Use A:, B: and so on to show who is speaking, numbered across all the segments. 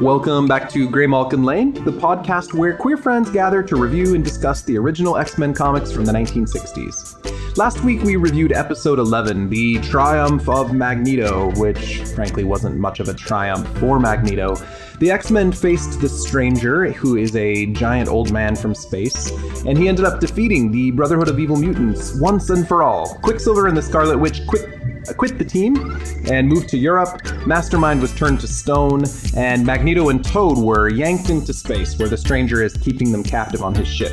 A: Welcome back to Grey Malkin Lane, the podcast where queer friends gather to review and discuss the original X Men comics from the 1960s. Last week we reviewed episode 11, The Triumph of Magneto, which frankly wasn't much of a triumph for Magneto. The X Men faced the Stranger, who is a giant old man from space, and he ended up defeating the Brotherhood of Evil Mutants once and for all. Quicksilver and the Scarlet Witch quick quit the team and moved to Europe. Mastermind was turned to stone, and Magneto and Toad were yanked into space, where the stranger is keeping them captive on his ship.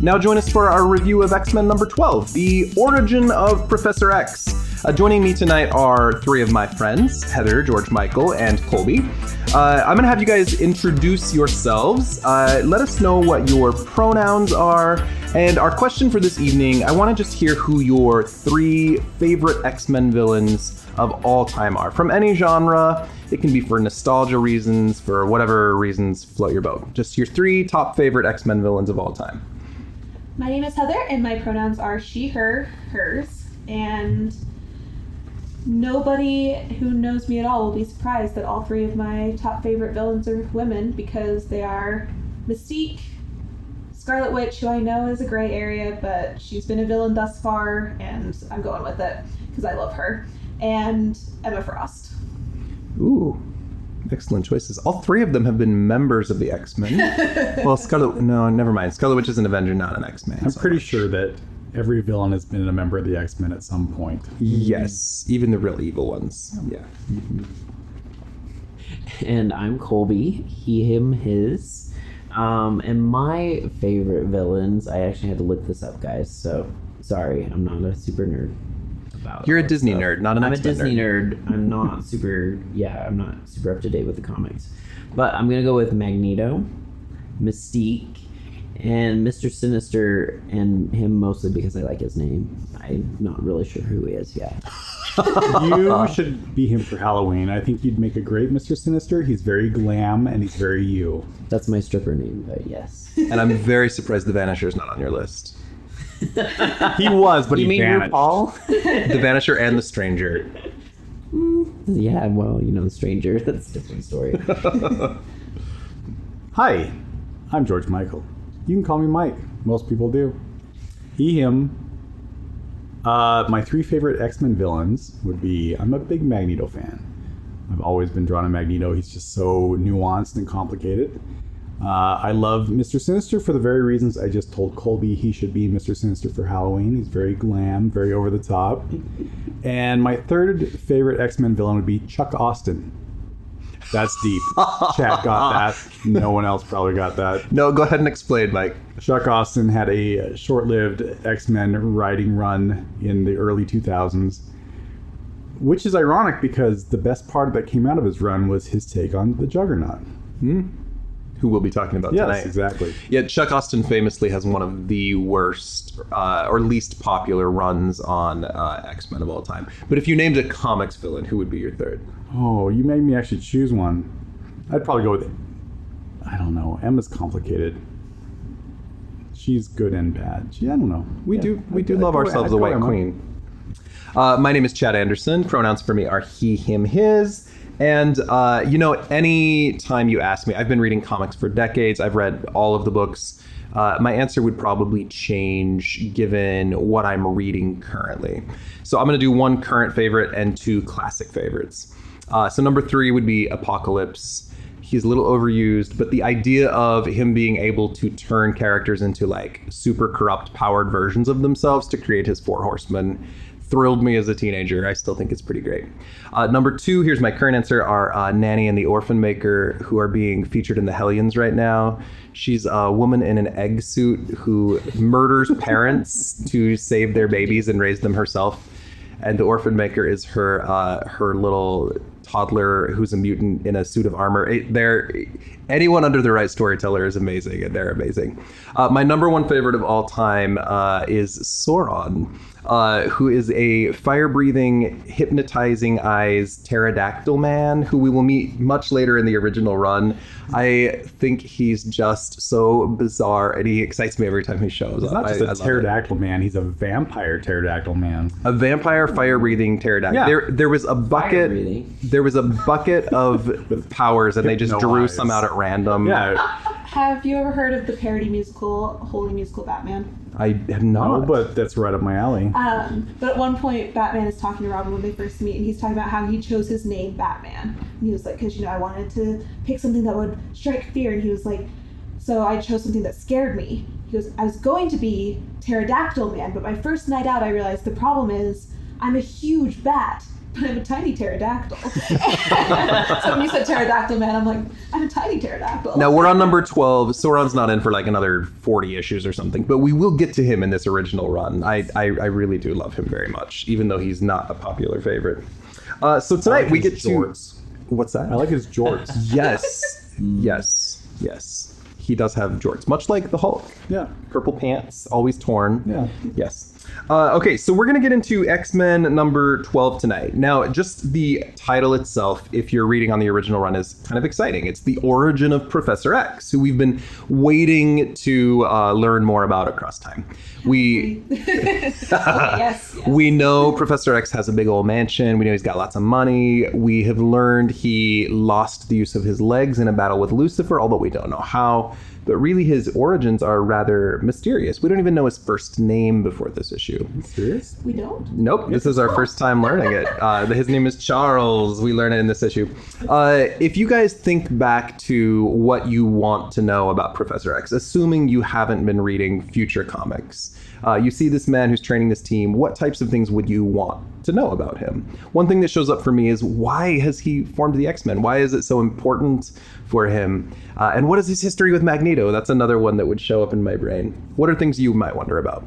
A: Now, join us for our review of X Men number 12, The Origin of Professor X. Uh, joining me tonight are three of my friends Heather, George Michael, and Colby. Uh, I'm going to have you guys introduce yourselves. Uh, let us know what your pronouns are. And our question for this evening I want to just hear who your three favorite X Men villains of all time are from any genre. It can be for nostalgia reasons, for whatever reasons, float your boat. Just your three top favorite X Men villains of all time.
B: My name is Heather, and my pronouns are she, her, hers. And nobody who knows me at all will be surprised that all three of my top favorite villains are women because they are Mystique, Scarlet Witch, who I know is a gray area, but she's been a villain thus far, and I'm going with it because I love her, and Emma Frost.
A: Ooh, excellent choices. All three of them have been members of the X Men. well, Scarlet. No, never mind. Scarlet Witch is an Avenger, not an X Man.
C: I'm pretty sure that every villain has been a member of the X Men at some point.
A: Yes, even the real evil ones.
C: Oh.
A: Yeah.
D: and I'm Colby. He, him, his. Um, and my favorite villains, I actually had to look this up, guys. So sorry, I'm not a super nerd. About
A: You're a
D: all that
A: Disney
D: stuff.
A: nerd, not an
D: I'm a
A: X-Men
D: Disney nerd. I'm not super. Yeah, I'm not super up to date with the comics, but I'm gonna go with Magneto, Mystique, and Mister Sinister, and him mostly because I like his name. I'm not really sure who he is yet.
C: You should be him for Halloween. I think you'd make a great Mr. Sinister. He's very glam and he's very you.
D: That's my stripper name, but yes.
A: And I'm very surprised the Vanisher is not on your list.
C: He was, but he vanished.
A: The Vanisher and the Stranger.
D: Yeah, well, you know, the stranger. That's a different story.
C: Hi, I'm George Michael. You can call me Mike. Most people do. He, him. Uh, my three favorite X Men villains would be I'm a big Magneto fan. I've always been drawn to Magneto. He's just so nuanced and complicated. Uh, I love Mr. Sinister for the very reasons I just told Colby he should be Mr. Sinister for Halloween. He's very glam, very over the top. And my third favorite X Men villain would be Chuck Austin. That's deep. Chad got that. No one else probably got that.
A: No, go ahead and explain, Mike.
C: Chuck Austin had a short lived X Men writing run in the early 2000s, which is ironic because the best part that came out of his run was his take on the Juggernaut.
A: Who we'll be talking about
C: Yes,
A: tonight.
C: exactly.
A: Yeah, Chuck Austin famously has one of the worst uh, or least popular runs on uh, X Men of all time. But if you named a comics villain, who would be your third?
C: Oh, you made me actually choose one. I'd probably go with, I don't know. Emma's complicated. She's good and bad. She, I don't know.
A: We
C: Yeah,
A: do we
C: I'd-
A: do
C: I'd
A: love
C: go-
A: ourselves
C: I'd
A: a
C: go
A: white
C: Emma.
A: queen. Uh, my name is Chad Anderson. Pronouns for me are he, him, his. And uh, you know, any time you ask me, I've been reading comics for decades. I've read all of the books. Uh, my answer would probably change given what I'm reading currently. So I'm going to do one current favorite and two classic favorites. Uh, so number three would be Apocalypse he's a little overused, but the idea of him being able to turn characters into like super corrupt powered versions of themselves to create his four horsemen thrilled me as a teenager. I still think it's pretty great. Uh, number two, here's my current answer: are uh, Nanny and the Orphan Maker, who are being featured in the Hellions right now. She's a woman in an egg suit who murders parents to save their babies and raise them herself. And the Orphan Maker is her uh, her little toddler who's a mutant in a suit of armor. It, they're anyone under the right storyteller is amazing, and they're amazing. Uh, my number one favorite of all time uh, is Sauron, uh, who is a fire-breathing, hypnotizing eyes pterodactyl man who we will meet much later in the original run. I think he's just so bizarre, and he excites me every time he shows
C: It's
A: up.
C: not just
A: I-
C: a
A: I love it.
C: pterodactyl man. He's a vampire pterodactyl man.
A: A vampire fire breathing pterodactyl.
C: Yeah.
A: There there was a bucket
D: Fire-breathing.
A: there was a bucket of powers and they just drew
C: Hypnoized.
A: some out at random.
C: Yeah,
B: Have you ever heard of the parody musical Holy Musical Batman?
A: I have not
C: no, Oh, but that's right up my alley.
B: Um, but at one point, Batman is talking to Robin when they first meet, and he's talking about how he chose his name, Batman. And he was like, because, you know, I wanted to pick something that would strike fear. And he was like, so I chose something that scared me. He goes, I was going to be Pterodactyl Man, but my first night out, I realized the problem is I'm a huge bat. But I'm a tiny pterodactyl. so when you said pterodactyl man, I'm like, I'm a tiny pterodactyl.
A: Now we're on number 12. Sauron's not in for like another 40 issues or something, but we will get to him in this original run. I, I, I really do love him very much, even though he's not a popular favorite. Uh, so tonight we
C: his
A: get
C: jorts.
A: to. What's that?
C: I like his jorts.
A: yes. yes. Yes. He does have jorts, much like the Hulk.
C: yeah,
A: Purple pants, always torn.
C: Yeah.
A: Yes. Uh, okay, so we're going to get into X Men number 12 tonight. Now, just the title itself, if you're reading on the original run, is kind of exciting. It's the origin of Professor X, who we've been waiting to uh, learn more about across time. We.
B: yes. yes.
A: We know Professor X has a big old mansion. We know he's got lots of money. We have learned he lost the use of his legs in a battle with Lucifer, although we don't know how. But really, his origins are rather mysterious. We don't even know his first name before this issue.
C: serious.
B: We don't.
A: Nope, this is our first time learning it. Uh, his name is Charles. We learn it in this issue. Uh, if you guys think back to what you want to know about Professor X, assuming you haven't been reading future comics, uh, you see this man who's training this team. What types of things would you want to know about him? One thing that shows up for me is why has he formed the X Men? Why is it so important for him? Uh, and what is his history with Magneto? That's another one that would show up in my brain. What are things you might wonder about?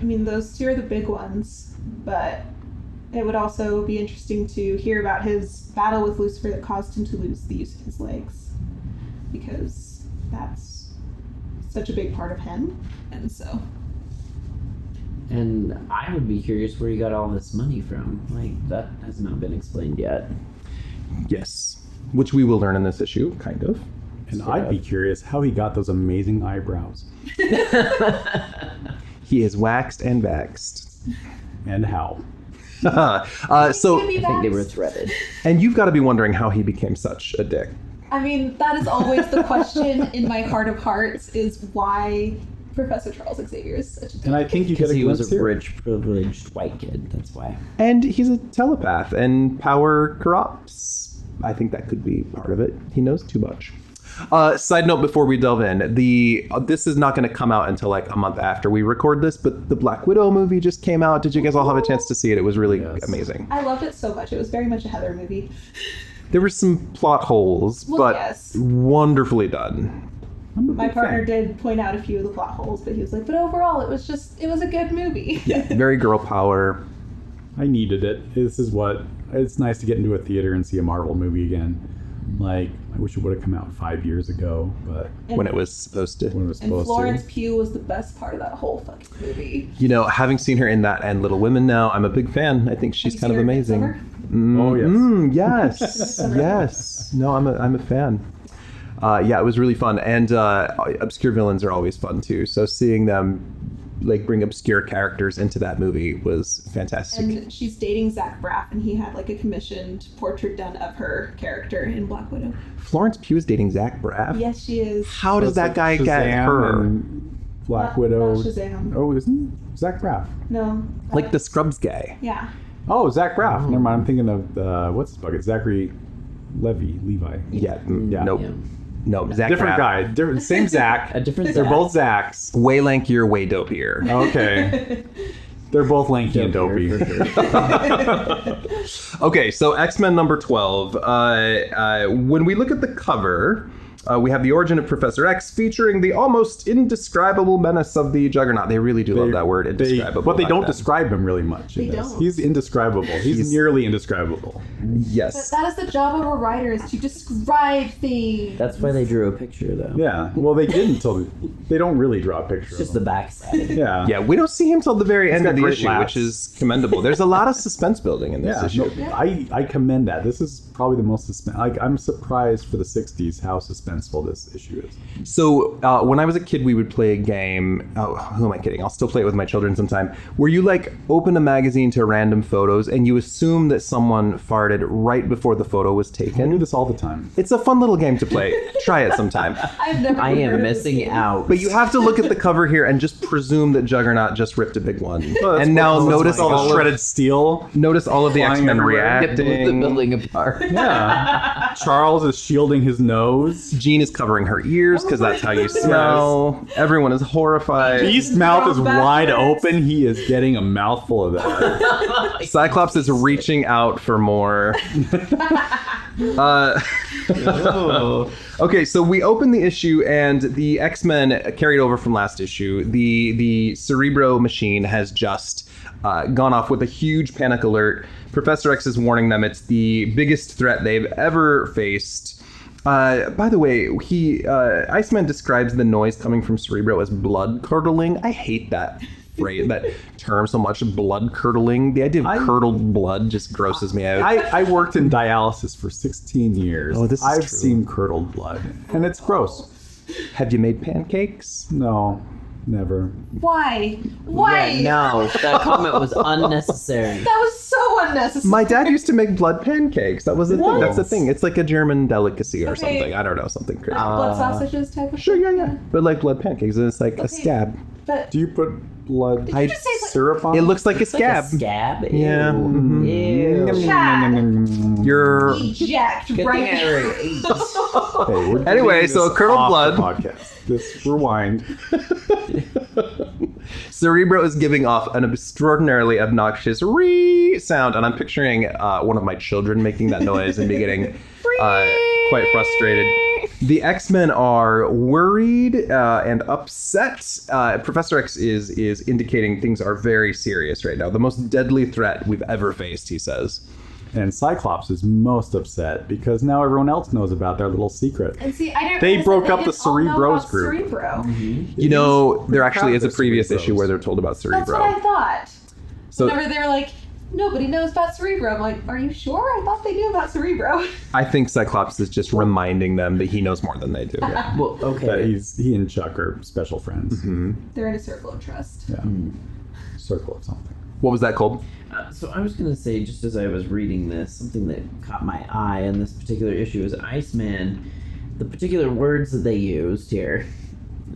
B: I mean, those two are the big ones, but it would also be interesting to hear about his battle with Lucifer that caused him to lose the use of his legs, because that's such a big part of him, and so
D: And I would be curious where he got all this money from. Like that has not been explained yet.
A: Yes. Which we will learn in this issue, kind of.
C: And I'd be curious how he got those amazing eyebrows
A: He is waxed and vexed.
C: and how.
A: uh,
B: Could
A: so,
B: be
D: I think they were
B: vexed.
D: threaded.
A: and you've got to be wondering how he became such a dick.
B: I mean, that is always the question in my heart of hearts: is why Professor Charles Xavier is such a
C: And I think you get
D: Because
C: a
D: he was
C: glimpse
D: a
C: here.
D: rich, privileged white kid. That's why.
A: And he's a telepath, and power corrupts. I think that could be part of it. He knows too much. Uh, side note before we delve in, the uh, this is not going to come out until like a month after we record this, but the Black Widow movie just came out. Did you guys all have a chance to see it? It was really
C: Yes.
A: amazing.
B: I loved it so much. It was very much a Heather movie.
A: There were some plot holes,
B: Well,
A: but
B: yes.
A: wonderfully done.
C: I'm a
B: My
C: big
B: partner
C: fan.
B: did point out a few of the plot holes, but he was like, "But overall, it was just it was a good movie."
A: Yeah, very girl power.
C: I needed it. This is what it's nice to get into a theater and see a Marvel movie again. Like I wish it would have come out five years ago, but
A: when it was supposed
C: when it
A: to.
C: was
B: And
C: supposed
B: Florence
C: to.
B: Pugh was the best part of that whole fucking movie.
A: You know, having seen her in that and Little Women now, I'm a big fan. I think she's
B: you
A: kind of
B: seen her in
A: amazing. Mm,
C: Oh, yes.
A: mm, yes, yes. No, I'm a, I'm a fan. Uh, yeah, it was really fun, and uh, obscure villains are always fun too. So seeing them like bring obscure characters into that movie was fantastic.
B: And she's dating Zach Braff, and he had like a commissioned portrait done of her character in Black Widow.
A: Florence Pugh is dating Zach Braff.
B: Yes, she is.
A: How does that guy get
C: Shazam
A: her?
C: and
B: Not-
C: Black
B: not
C: Widow.
B: Shazam.
C: Oh, isn't Zach Braff?
B: No. Uh,
A: Like the Scrubs guy.
B: Yeah.
C: Oh, Zach Braff. Never mind. I'm thinking of uh, what's his bucket? Zachary Levy, Levi.
A: Yeah. mm,
C: Yeah.
A: Nope.
D: Yeah.
A: Nope. Zach
C: Different
A: Braff.
C: guy. Different. Same Zach.
D: A different.
C: They're
D: Zach.
C: both Zach's.
A: Way lankier, way dopier.
C: Okay. They're both lanky and dopey.
D: Dopier, for sure.
A: Okay, so X Men number 12. Uh, uh, when we look at the cover, uh, we have the origin of Professor X featuring the almost indescribable menace of the Juggernaut. They really do love that word,
C: They,
A: indescribable.
C: but they
A: like
C: don't
A: that.
C: describe him really much. in
B: They
C: this.
B: don't.
C: He's indescribable. He's, nearly indescribable.
B: But
A: Yes.
B: that is the job of a writer is to describe things.
D: That's why they drew a picture, though.
C: Yeah. Well, they didn't till they don't really draw a picture.
D: It's
C: of
D: just the
C: him.
D: backside.
C: yeah.
A: Yeah, we don't see him till the very end
C: got
A: of the
C: great
A: issue,
C: laughs.
A: which is commendable. There's a lot of suspense building in this
C: Yeah,
A: issue.
C: no, I, I commend that. This is probably the most suspense. Like I'm surprised for the '60s how suspenseful this issue is.
A: So uh, when I was a kid, we would play a game. Oh, who am I kidding? I'll still play it with my children sometime. Where you like open a magazine to random photos and you assume that someone farted right before the photo was
C: I do
A: taken.
C: this all the time.
A: It's a fun little game to play. Try it sometime.
B: I've never.
D: I
B: heard of
D: am
B: this
D: missing
B: game.
D: out.
A: But you have to look at the cover here and just presume that Juggernaut just ripped a big one.
C: Well, Oh, that's
A: and now
C: what-
A: notice
C: that's
A: all,
C: all the
A: of,
C: shredded steel.
A: notice all of the
C: flying
A: X Men
C: everywhere.
D: It blew the
A: reacting.
D: building apart.
C: Yeah. Charles is shielding his nose.
A: Jean is covering her ears because that's how you smell. Everyone is horrified.
C: Beast mouth is
B: Throw
C: wide
B: backwards.
C: open. He is getting a mouthful of that.
A: Cyclops is reaching out for more. uh, okay, so we open the issue, and the X Men carried over from last issue. The the Cerebro machine has just uh, gone off with a huge panic alert. Professor X is warning them it's the biggest threat they've ever faced. Uh, by the way, he uh, Iceman describes the noise coming from Cerebro as blood curdling. I hate that phrase, that term so much. Blood curdling. The idea of
C: I-
A: curdled blood just grosses me out.
C: I, I worked in dialysis for 16 years.
A: Oh, this is
C: I've
A: true.
C: seen curdled blood, and it's gross.
A: Have you made pancakes?
C: No, never.
B: Why? Why?
D: Yeah, no, that comment was unnecessary.
B: That was so unnecessary.
A: My dad used to make blood pancakes. That was the thing.
D: What?
A: That's the thing. It's like a German delicacy or
B: Okay. Oh.
A: something. I don't know something crazy.
B: blood sausages type of.
A: Uh, sure, yeah,
B: thing?
A: yeah. But like blood pancakes, and it's like a
B: Okay.
A: scab.
B: But
C: Do you put blood
B: you just say what-
C: syrup on Mm-hmm.
A: It looks like a
D: Like
A: scab.
D: a scab.
A: Yeah.
D: Ew.
A: Mhm.
C: You're-
D: Ew.
A: You're
B: eject
D: Good
B: right
D: thing I
B: now.
D: already ate.
C: Okay, we're getting
A: Anyway, so
C: this
A: curdled
C: off the
A: blood.
C: podcast. This rewind.
A: Cerebro is giving off an extraordinarily obnoxious re sound, and I'm picturing uh, one of my children making that noise and me getting uh, quite frustrated. The X Men are worried uh, and upset. Uh, Professor X is is indicating things are very serious right now. The most deadly threat we've ever faced, he says.
C: And Cyclops is most upset because now everyone else knows about their little secret.
B: And see, I didn't.
C: They
B: realize
C: broke
B: that
C: up the
B: didn't all know
C: Cerebros
B: about
C: group. Mm-hmm.
B: Cerebro.
A: You know, there actually is a previous
C: Cerebros.
A: issue where they're told about
B: That's what I
A: Cerebro.
B: thought.
A: So
B: Whenever they were like, nobody knows about Cerebro. I'm like, are you sure? I thought they knew about Cerebro.
A: I think Cyclops is just reminding them that he knows more than they do.
D: Well,
C: That
D: okay.
C: he's he and Chuck are special friends.
A: Mm-hmm.
B: They're in a circle of trust.
C: Yeah. Circle of something.
A: What was that called?
D: Uh, so I was going to say, just as I was reading this, something that caught my eye in this particular issue is Iceman, the particular words that they used here.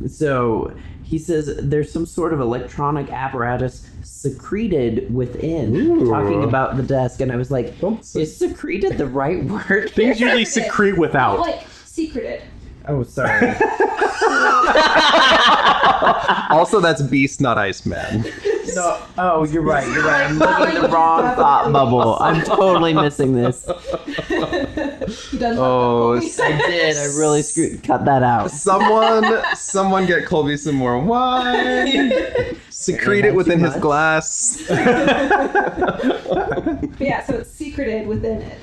D: So he says there's some sort of electronic apparatus secreted within,
C: Ooh.
D: talking about the desk. And I was like,
C: Don't say-
D: is secreted the right word?
C: Things usually secrete without.
B: Like, secreted.
D: oh, sorry.
A: Also, that's Beast, not Iceman.
D: No, oh, you're right. You're right. I'm looking at the wrong thought bubble. I'm totally missing this.
B: He does
A: Oh,
D: I did. I really screwed. Cut that out.
A: Someone, someone get Colby some more wine. Secrete it
D: Too
A: within his
D: much.
A: glass.
B: But yeah, so it's secreted within it.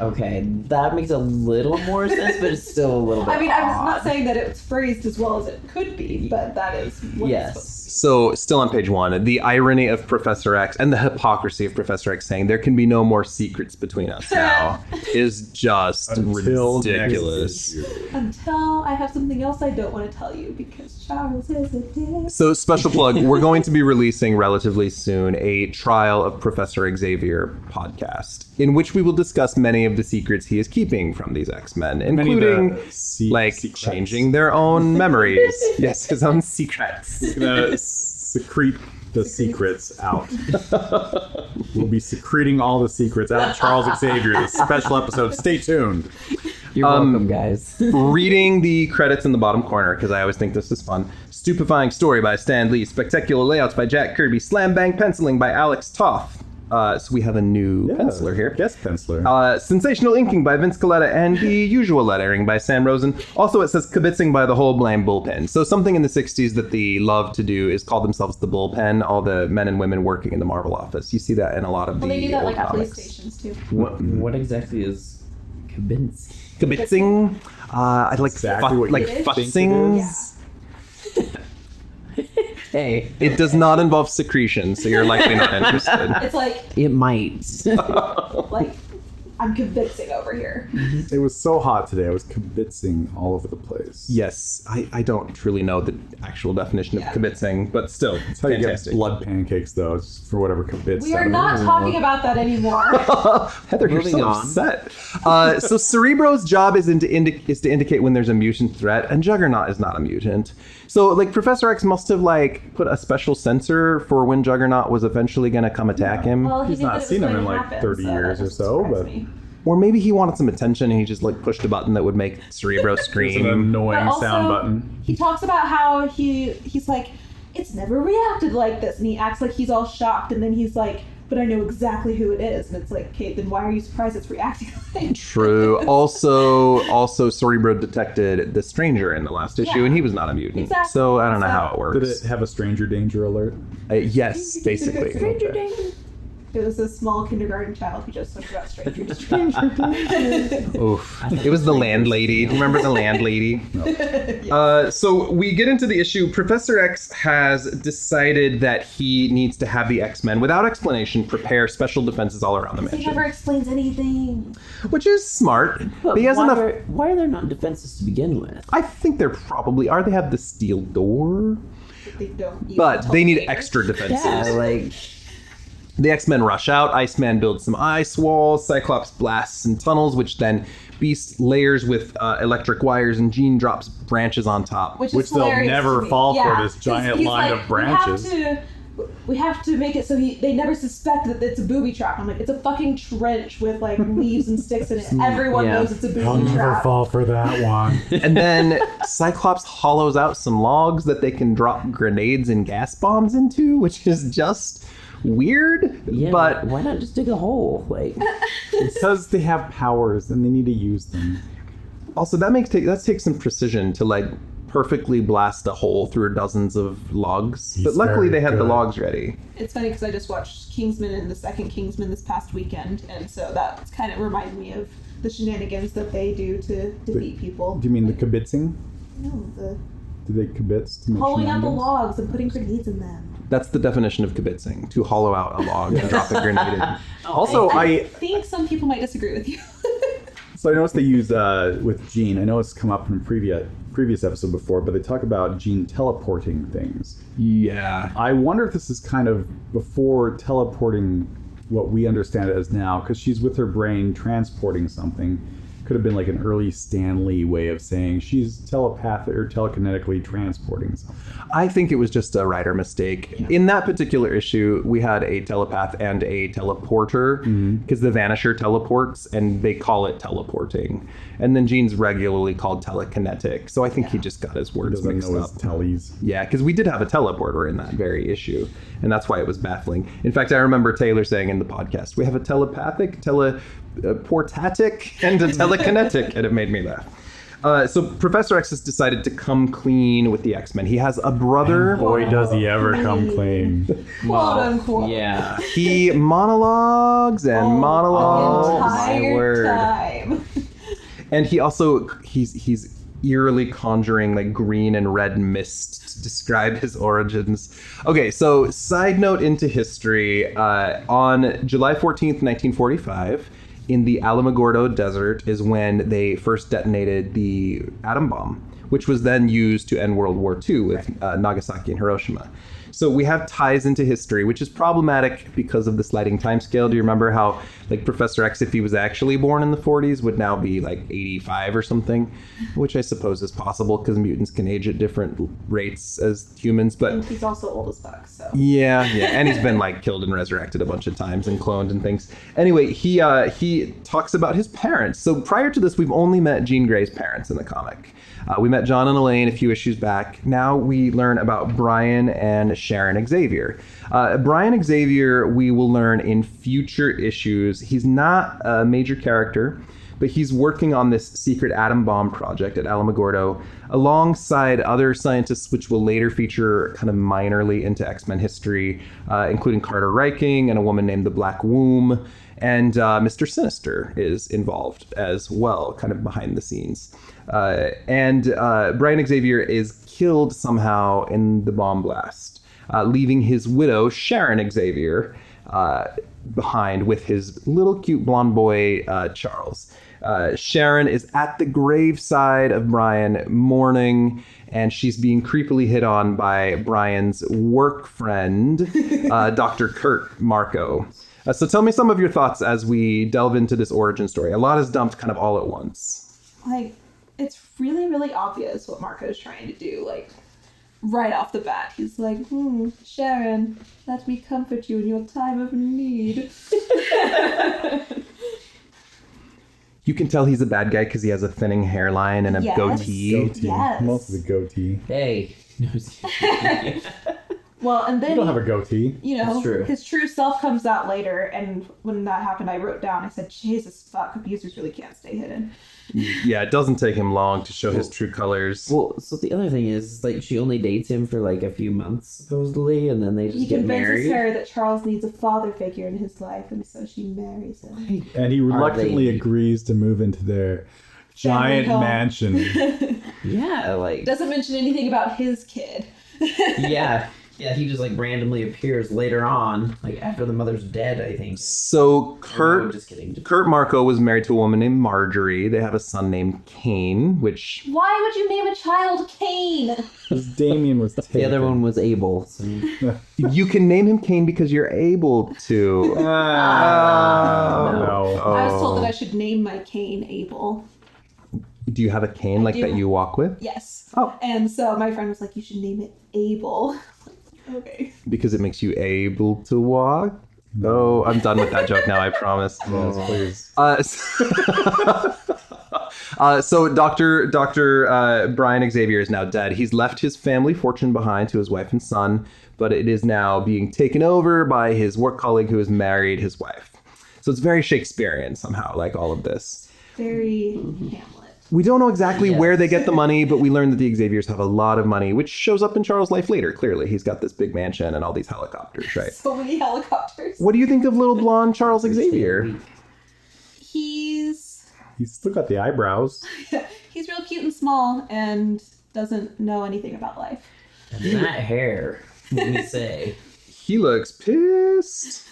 D: Okay, that makes a little more sense, but it's still a little bit.
B: I mean, I was not
D: odd.
B: saying that it's phrased as well as it could be, but that is what it's
D: Yes.
A: So, still on page one, the irony of Professor X and the hypocrisy of Professor X saying there can be no more secrets between us now is just
C: Until next
A: ridiculous.
C: issue.
B: Until I have something else I don't want to tell you because Charles is a dick.
A: So, special plug we're going to be releasing relatively soon a Trial of Professor Xavier podcast in which we will discuss many of the secrets he is keeping from these X Men,
C: Many of the
A: including.
C: se-
A: like
C: secrets.
A: changing their own memories. yes, his own secrets.
C: Gonna secrete the secrets out. we'll be secreting all the secrets out. Charles Xavier, this special episode. Stay tuned.
D: You're
A: Um,
D: welcome, guys.
A: reading the credits in the bottom corner because I always think this is fun. Stupefying Story by Stan Lee. Spectacular Layouts by Jack Kirby. Slam Bang Penciling by Alex Toth. Uh, so we have a new penciler here.
C: Yes, penciler.
A: Uh, Sensational Inking by Vince Coletta and the usual lettering by Sam Rosen. Also, it says kibitzing by the whole blame bullpen. So, something in the 60s that they loved to do is call themselves the bullpen, all the men and women working in the Marvel office. You see that in a lot of
B: Well,
A: the
B: they do that
A: old
B: like at police
A: comics.
B: stations too.
D: what what exactly is Kabinski?
A: Kibitzing. Uh, I'd like
C: Exactly
A: fu-
C: what you
A: like
B: think it
A: futzing.
B: Yeah.
D: Hey,
A: It does not involve secretion, so you're likely not interested.
B: It's like
D: it might.
B: like I'm convincing over here.
C: it was so hot today. I was kibitzing all over the place.
A: yes, I, I don't truly know the actual definition of
B: Yeah.
A: kibitzing, but still, it's
C: That's how you
A: fantastic.
C: get blood pancakes, though, it's for whatever kibitz.
B: We
C: that
B: are
C: is.
B: not talking about that anymore.
A: Heather, you're
D: Moving
A: so
D: on.
A: upset. Uh, so Cerebro's job is, in to indi- is to indicate when there's a mutant threat, and Juggernaut is not a mutant. So like Professor X must have like put a special sensor for when Juggernaut was eventually going to come attack him,
B: Well, he
C: He's
B: knew
C: not
B: that it was
C: seen him
B: going
C: in,
B: to
C: like,
B: happen,
C: 30
B: so that
C: years or
B: doesn't
C: so,
B: surprise
C: but-
B: me.
A: or maybe he wanted some attention and he just like pushed a button that would make Cerebro
C: It's an
A: scream.
C: annoying
B: But also,
C: sound button.
B: He talks about how he he's like, it's never reacted like this, and he acts like he's all shocked, and then he's like, but I know exactly who it is, and it's like, Kate, then why are you surprised it's reacting? like this?"
A: True. Also, also Cerebro detected the stranger in the last issue,
B: Yeah.
A: and he was not a mutant.
B: Exactly.
A: So I don't know how
B: Exactly.
A: it
C: Did
A: works.
C: it have a stranger danger alert?
A: Uh, yes, basically.
B: Stranger danger. It was a small kindergarten child who just talked about stranger danger.
A: Oof. It was the landlady. Remember the landlady? uh, so we get into the issue. Professor X has decided that he needs to have the X Men, without explanation, prepare special defenses all around the
B: he never
A: mansion,
B: explains anything.
A: which is smart. But
D: But
A: he has
D: why,
A: enough.
D: are, why are there not defenses to begin with?
A: I think they're probably are. They have the steel door,
B: They don't. use
A: but
B: until
A: they need
B: later.
A: extra defenses.
D: Yeah, like
A: The X Men rush out. Iceman builds some ice walls. Cyclops blasts some tunnels, which then Beast layers with uh, electric wires, and Jean drops branches on top.
B: which,
C: Which
B: is
C: they'll
B: hilarious
C: never
B: to me.
C: fall for
B: Yeah.
C: this giant line of branches."
B: We have, to, we have to make it so he, they never suspect that it's a booby trap. I'm like, it's a fucking trench with like leaves and sticks in it. Everyone
D: yeah.
B: knows it's a booby trap.
C: for that one.
A: and then Cyclops hollows out some logs that they can drop grenades and gas bombs into, which is just weird.
D: yeah,
A: but
D: why not just dig a hole? Like
C: because they have powers and they need to use them.
A: also, that makes take that takes some precision to like perfectly blast a hole through dozens of logs. but luckily,
C: very
A: they had the
C: good.
A: logs ready.
B: It's funny because I just watched Kingsman and the second Kingsman this past weekend, and so that kind of reminded me of the shenanigans that they do to defeat people.
C: Do you mean the kibitzing?
B: No, the
C: Do they kibitz to make
B: hollowing out the
C: shenanigans?
B: logs and putting grenades in them.
A: That's the definition of kibitzing: to hollow out a log and drop a grenade. in.
C: Also, I
B: I think some people might disagree with you.
C: so I noticed they use uh, with Jean. I know it's come up in previous previous episode before, but they talk about Jean teleporting things.
A: Yeah.
C: I wonder if this is kind of before teleporting what we understand it as now, because she's with her brain transporting something. Could have been like an early Stanley way of saying she's telepathic or telekinetically transporting something.
A: I think it was just a writer mistake. In that particular issue, we had a telepath and a teleporter
C: Mm-hmm.
A: because the Vanisher teleports and they call it teleporting. And then Gene's regularly called telekinetic. So I think he just got his words
C: Doesn't
A: mixed
C: know
A: up.
C: his tellies.
A: Yeah, because we did have a teleporter in that very issue, and that's why it was baffling. In fact, I remember Taylor saying in the podcast, "We have a telepathic, teleportatic, and a telekinetic," and it made me laugh. Uh, so Professor X has decided to come clean with the X Men. He has a brother.
C: Boy, does he ever come clean.
B: Quote unquote.
D: yeah.
A: He monologues and
D: Oh,
A: monologues,
D: my
B: entire
D: word.
B: time.
A: and he also he's he's eerily conjuring like green and red mist to describe his origins. Okay, so side note into history: uh, on July fourteenth, nineteen forty-five. In the Alamogordo Desert is when they first detonated the atom bomb, which was then used to end World War II with uh, Nagasaki and Hiroshima. So we have ties into history, which is problematic because of the sliding timescale. Do you remember how, like, Professor X, if he was actually born in the 40s, would now be like 85 or something, which I suppose is possible because mutants can age at different l- rates as humans. But
B: And he's also old as fuck, so.
A: yeah, yeah, and he's been like killed and resurrected a bunch of times and cloned and things. Anyway, he uh, he talks about his parents. So prior to this, we've only met Jean Grey's parents in the comic. Uh, we met John and Elaine a few issues back. Now we learn about Brian and Sharon Xavier. Uh, Brian Xavier, we will learn in future issues. He's not a major character but he's working on this secret atom bomb project at Alamogordo alongside other scientists, which will later feature kind of minorly into X Men history, uh, including Carter Reiking and a woman named the Black Womb. And uh, Mr. Sinister is involved as well, kind of behind the scenes. Uh, and uh, Brian Xavier is killed somehow in the bomb blast uh, leaving his widow, Sharon Xavier, uh, behind with his little cute blonde boy, uh, Charles. Uh, Sharon is at the graveside of Brian mourning, and she's being creepily hit on by Brian's work friend, uh, Dr. Kurt Marco. Uh, so tell me some of your thoughts as we delve into this origin story. A lot is dumped kind of all at once.
B: like it's really really obvious what marco's trying to do like right off the bat he's like hmm sharon let me comfort you in your time of need
A: You can tell he's a bad guy because he has a thinning hairline and a
B: Yes.
A: goatee.
C: Goatee.
B: Yes.
C: Most of the goatee.
D: Hey. No,
B: well and
C: You
B: then
C: don't have a goatee.
B: you know
D: That's true.
B: his true self comes out later and when that happened i wrote down i said jesus fuck abusers really can't stay hidden
A: Yeah, it doesn't take him long to show his true colors.
D: well, so the other thing is, like, she only dates him for like a few months supposedly, and then they just
B: he
D: get
B: convinces
D: married.
B: her that charles needs a father figure in his life and so she marries him
C: And he reluctantly
D: they-
C: agrees to move into their giant
B: home.
C: mansion.
D: Yeah, like,
B: doesn't mention anything about his kid
D: yeah, yeah. He just like randomly appears later on, like after the mother's dead, I think.
A: So
D: No,
A: Kurt
D: just kidding.
A: Kurt Marco was married to a woman named Marjorie. They have a son named Kane, which
B: why would you name a child cain
C: Because Damien was taken.
D: The other one was Abel. So.
A: you can name him Kane because you're able to. Um,
C: Ah, Oh,
D: Oh.
C: no.
B: I was told
A: Oh.
B: that I should name my cane Abel.
A: Do you have a cane like
B: do.
A: that you walk with?
B: Yes.
A: Oh.
B: And so my friend was like, "You should name it Abel." okay.
A: Because it makes you able to walk. Oh, I'm done with that joke now. I promise.
C: Yes, please.
A: Uh, so, uh, so Dr. Dr. Uh, Brian Xavier is now dead. He's left his family fortune behind to his wife and son, but it is now being taken over by his work colleague who has married his wife. So it's very Shakespearean somehow, like all of this.
B: Very Hamlet.
A: We don't know exactly
D: Yes.
A: where they get the money, but we learn that the Xaviers have a lot of money, which shows up in Charles' life later. Clearly, he's got this big mansion and all these helicopters, right?
B: So many helicopters.
A: What do you think of little blonde Charles Xavier?
B: He's
C: He's still got the eyebrows.
B: he's real cute and small and doesn't know anything about life.
D: And that hair, let me say.
A: he looks pissed.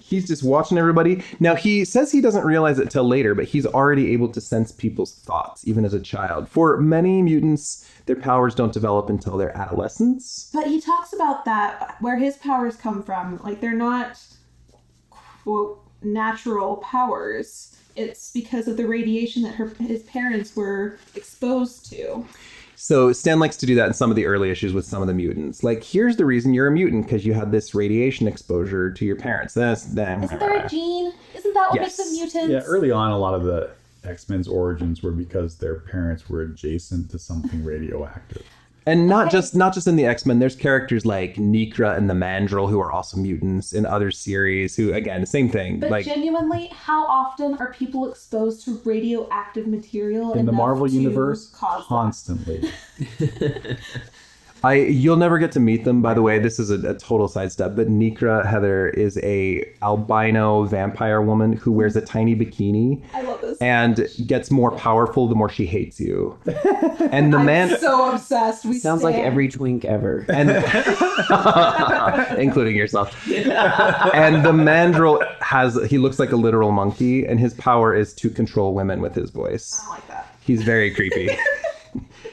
A: he's just watching everybody. Now he says he doesn't realize it till later, but he's already able to sense people's thoughts, even as a child. For many mutants, their powers don't develop until their adolescence.
B: But he talks about that where his powers come from. Like they're not quote natural powers. It's because of the radiation that her his parents were exposed to.
A: So Stan likes to do that in some of the early issues with some of the mutants. Like, here's the reason you're a mutant because you had this radiation exposure to your parents. That's that.
B: Isn't there a gene? Isn't that what makes them
A: Yes.
B: mutants?
C: Yeah, early on, a lot of the X Men's origins were because their parents were adjacent to something radioactive.
A: And not just not just in the X Men. There's characters like Nikra and the Mandrill who are also mutants in other series. Who again, same thing.
B: But
A: like
B: genuinely, how often are people exposed to radioactive material
C: In the
B: enough
C: Marvel
B: to
C: universe,
B: Cause
C: constantly.
A: I you'll never get to meet them. By the way, this is a, a total sidestep. But Nikra Heather is a albino vampire woman who wears a tiny bikini
B: I love this.
A: and gets more powerful the more she hates you. And the man,
B: I'm so obsessed. We
D: Sounds like
B: stand.
D: every twink ever.
A: and including yourself. And the mandrill has he looks like a literal monkey, and his power is to control women with his voice.
B: I don't like that.
A: He's very creepy.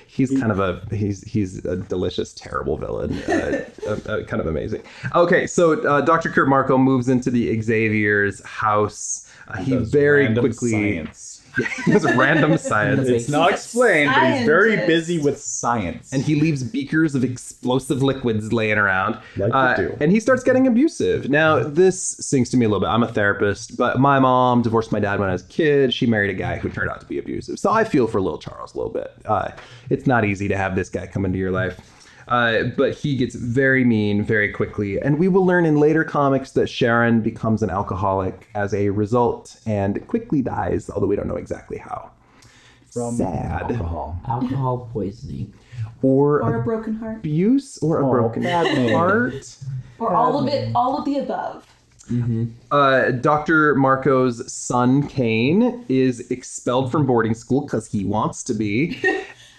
A: He's kind of a he's he's a delicious, terrible villain. Uh, uh, uh, kind of amazing. Okay, so uh, Dr. Kurt Marco moves into the Xavier's house. Uh, he
C: Does
A: very
C: random
A: quickly
C: science.
A: Yeah, he does random science.
C: It's not explained, but he's very
B: Scientist.
C: busy with science.
A: and he leaves beakers of explosive liquids laying around. uh,
C: Like you do.
A: And he starts getting abusive. Now, this sinks to me a little bit. I'm a therapist, but my mom divorced my dad when I was a kid. She married a guy who turned out to be abusive. So I feel for little Charles a little bit. Uh, it's not easy to have this guy come into your life. Uh, but he gets very mean very quickly. And we will learn in later comics that Sharon becomes an alcoholic as a result and quickly dies, although we don't know exactly how.
C: from
A: sad.
C: alcohol.
D: Alcohol poisoning.
A: Or,
B: or a broken heart,
A: abuse or a
C: Oh,
A: broken
C: bad man.
A: heart.
B: or all of it, all of the above.
A: Uh, Dr. Marco's son, Kane, is expelled from boarding school because he wants to be.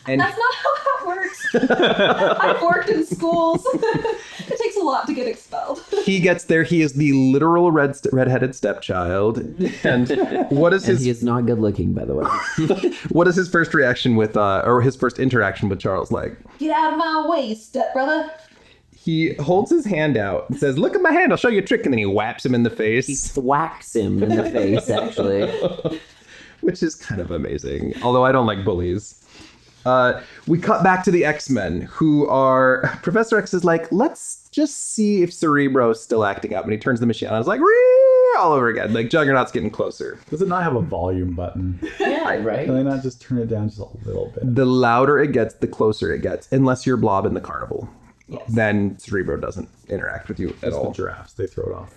A: And
B: That's not how that works. I've worked in schools. it takes a lot to get expelled.
A: he gets there. He is the literal red st- redheaded stepchild. And what is
D: And
A: his
D: he is not good looking, by the way.
A: what is his first reaction with uh, or his first interaction with Charles like?
B: Get out of my way, stepbrother.
A: He holds his hand out and says, "Look at my hand. I'll show you a trick." And then he whaps him in the
D: he
A: face,
D: thwacks him in the face, actually.
A: which is kind of amazing. Although I don't like bullies. Uh, we cut back to the X Men, who are Professor X is like, let's just see if Cerebro's still acting up, and he turns the machine on. I was like, "Ree!" all over again. Like Juggernaut's getting closer.
C: Does it not have a volume button?
D: Yeah, right?
C: Can they not just turn it down just a little bit?
A: The louder it gets, the closer it gets. Unless you're Blob in the carnival, then Cerebro doesn't interact with you at
C: It's the
A: all.
C: giraffes. They throw it off.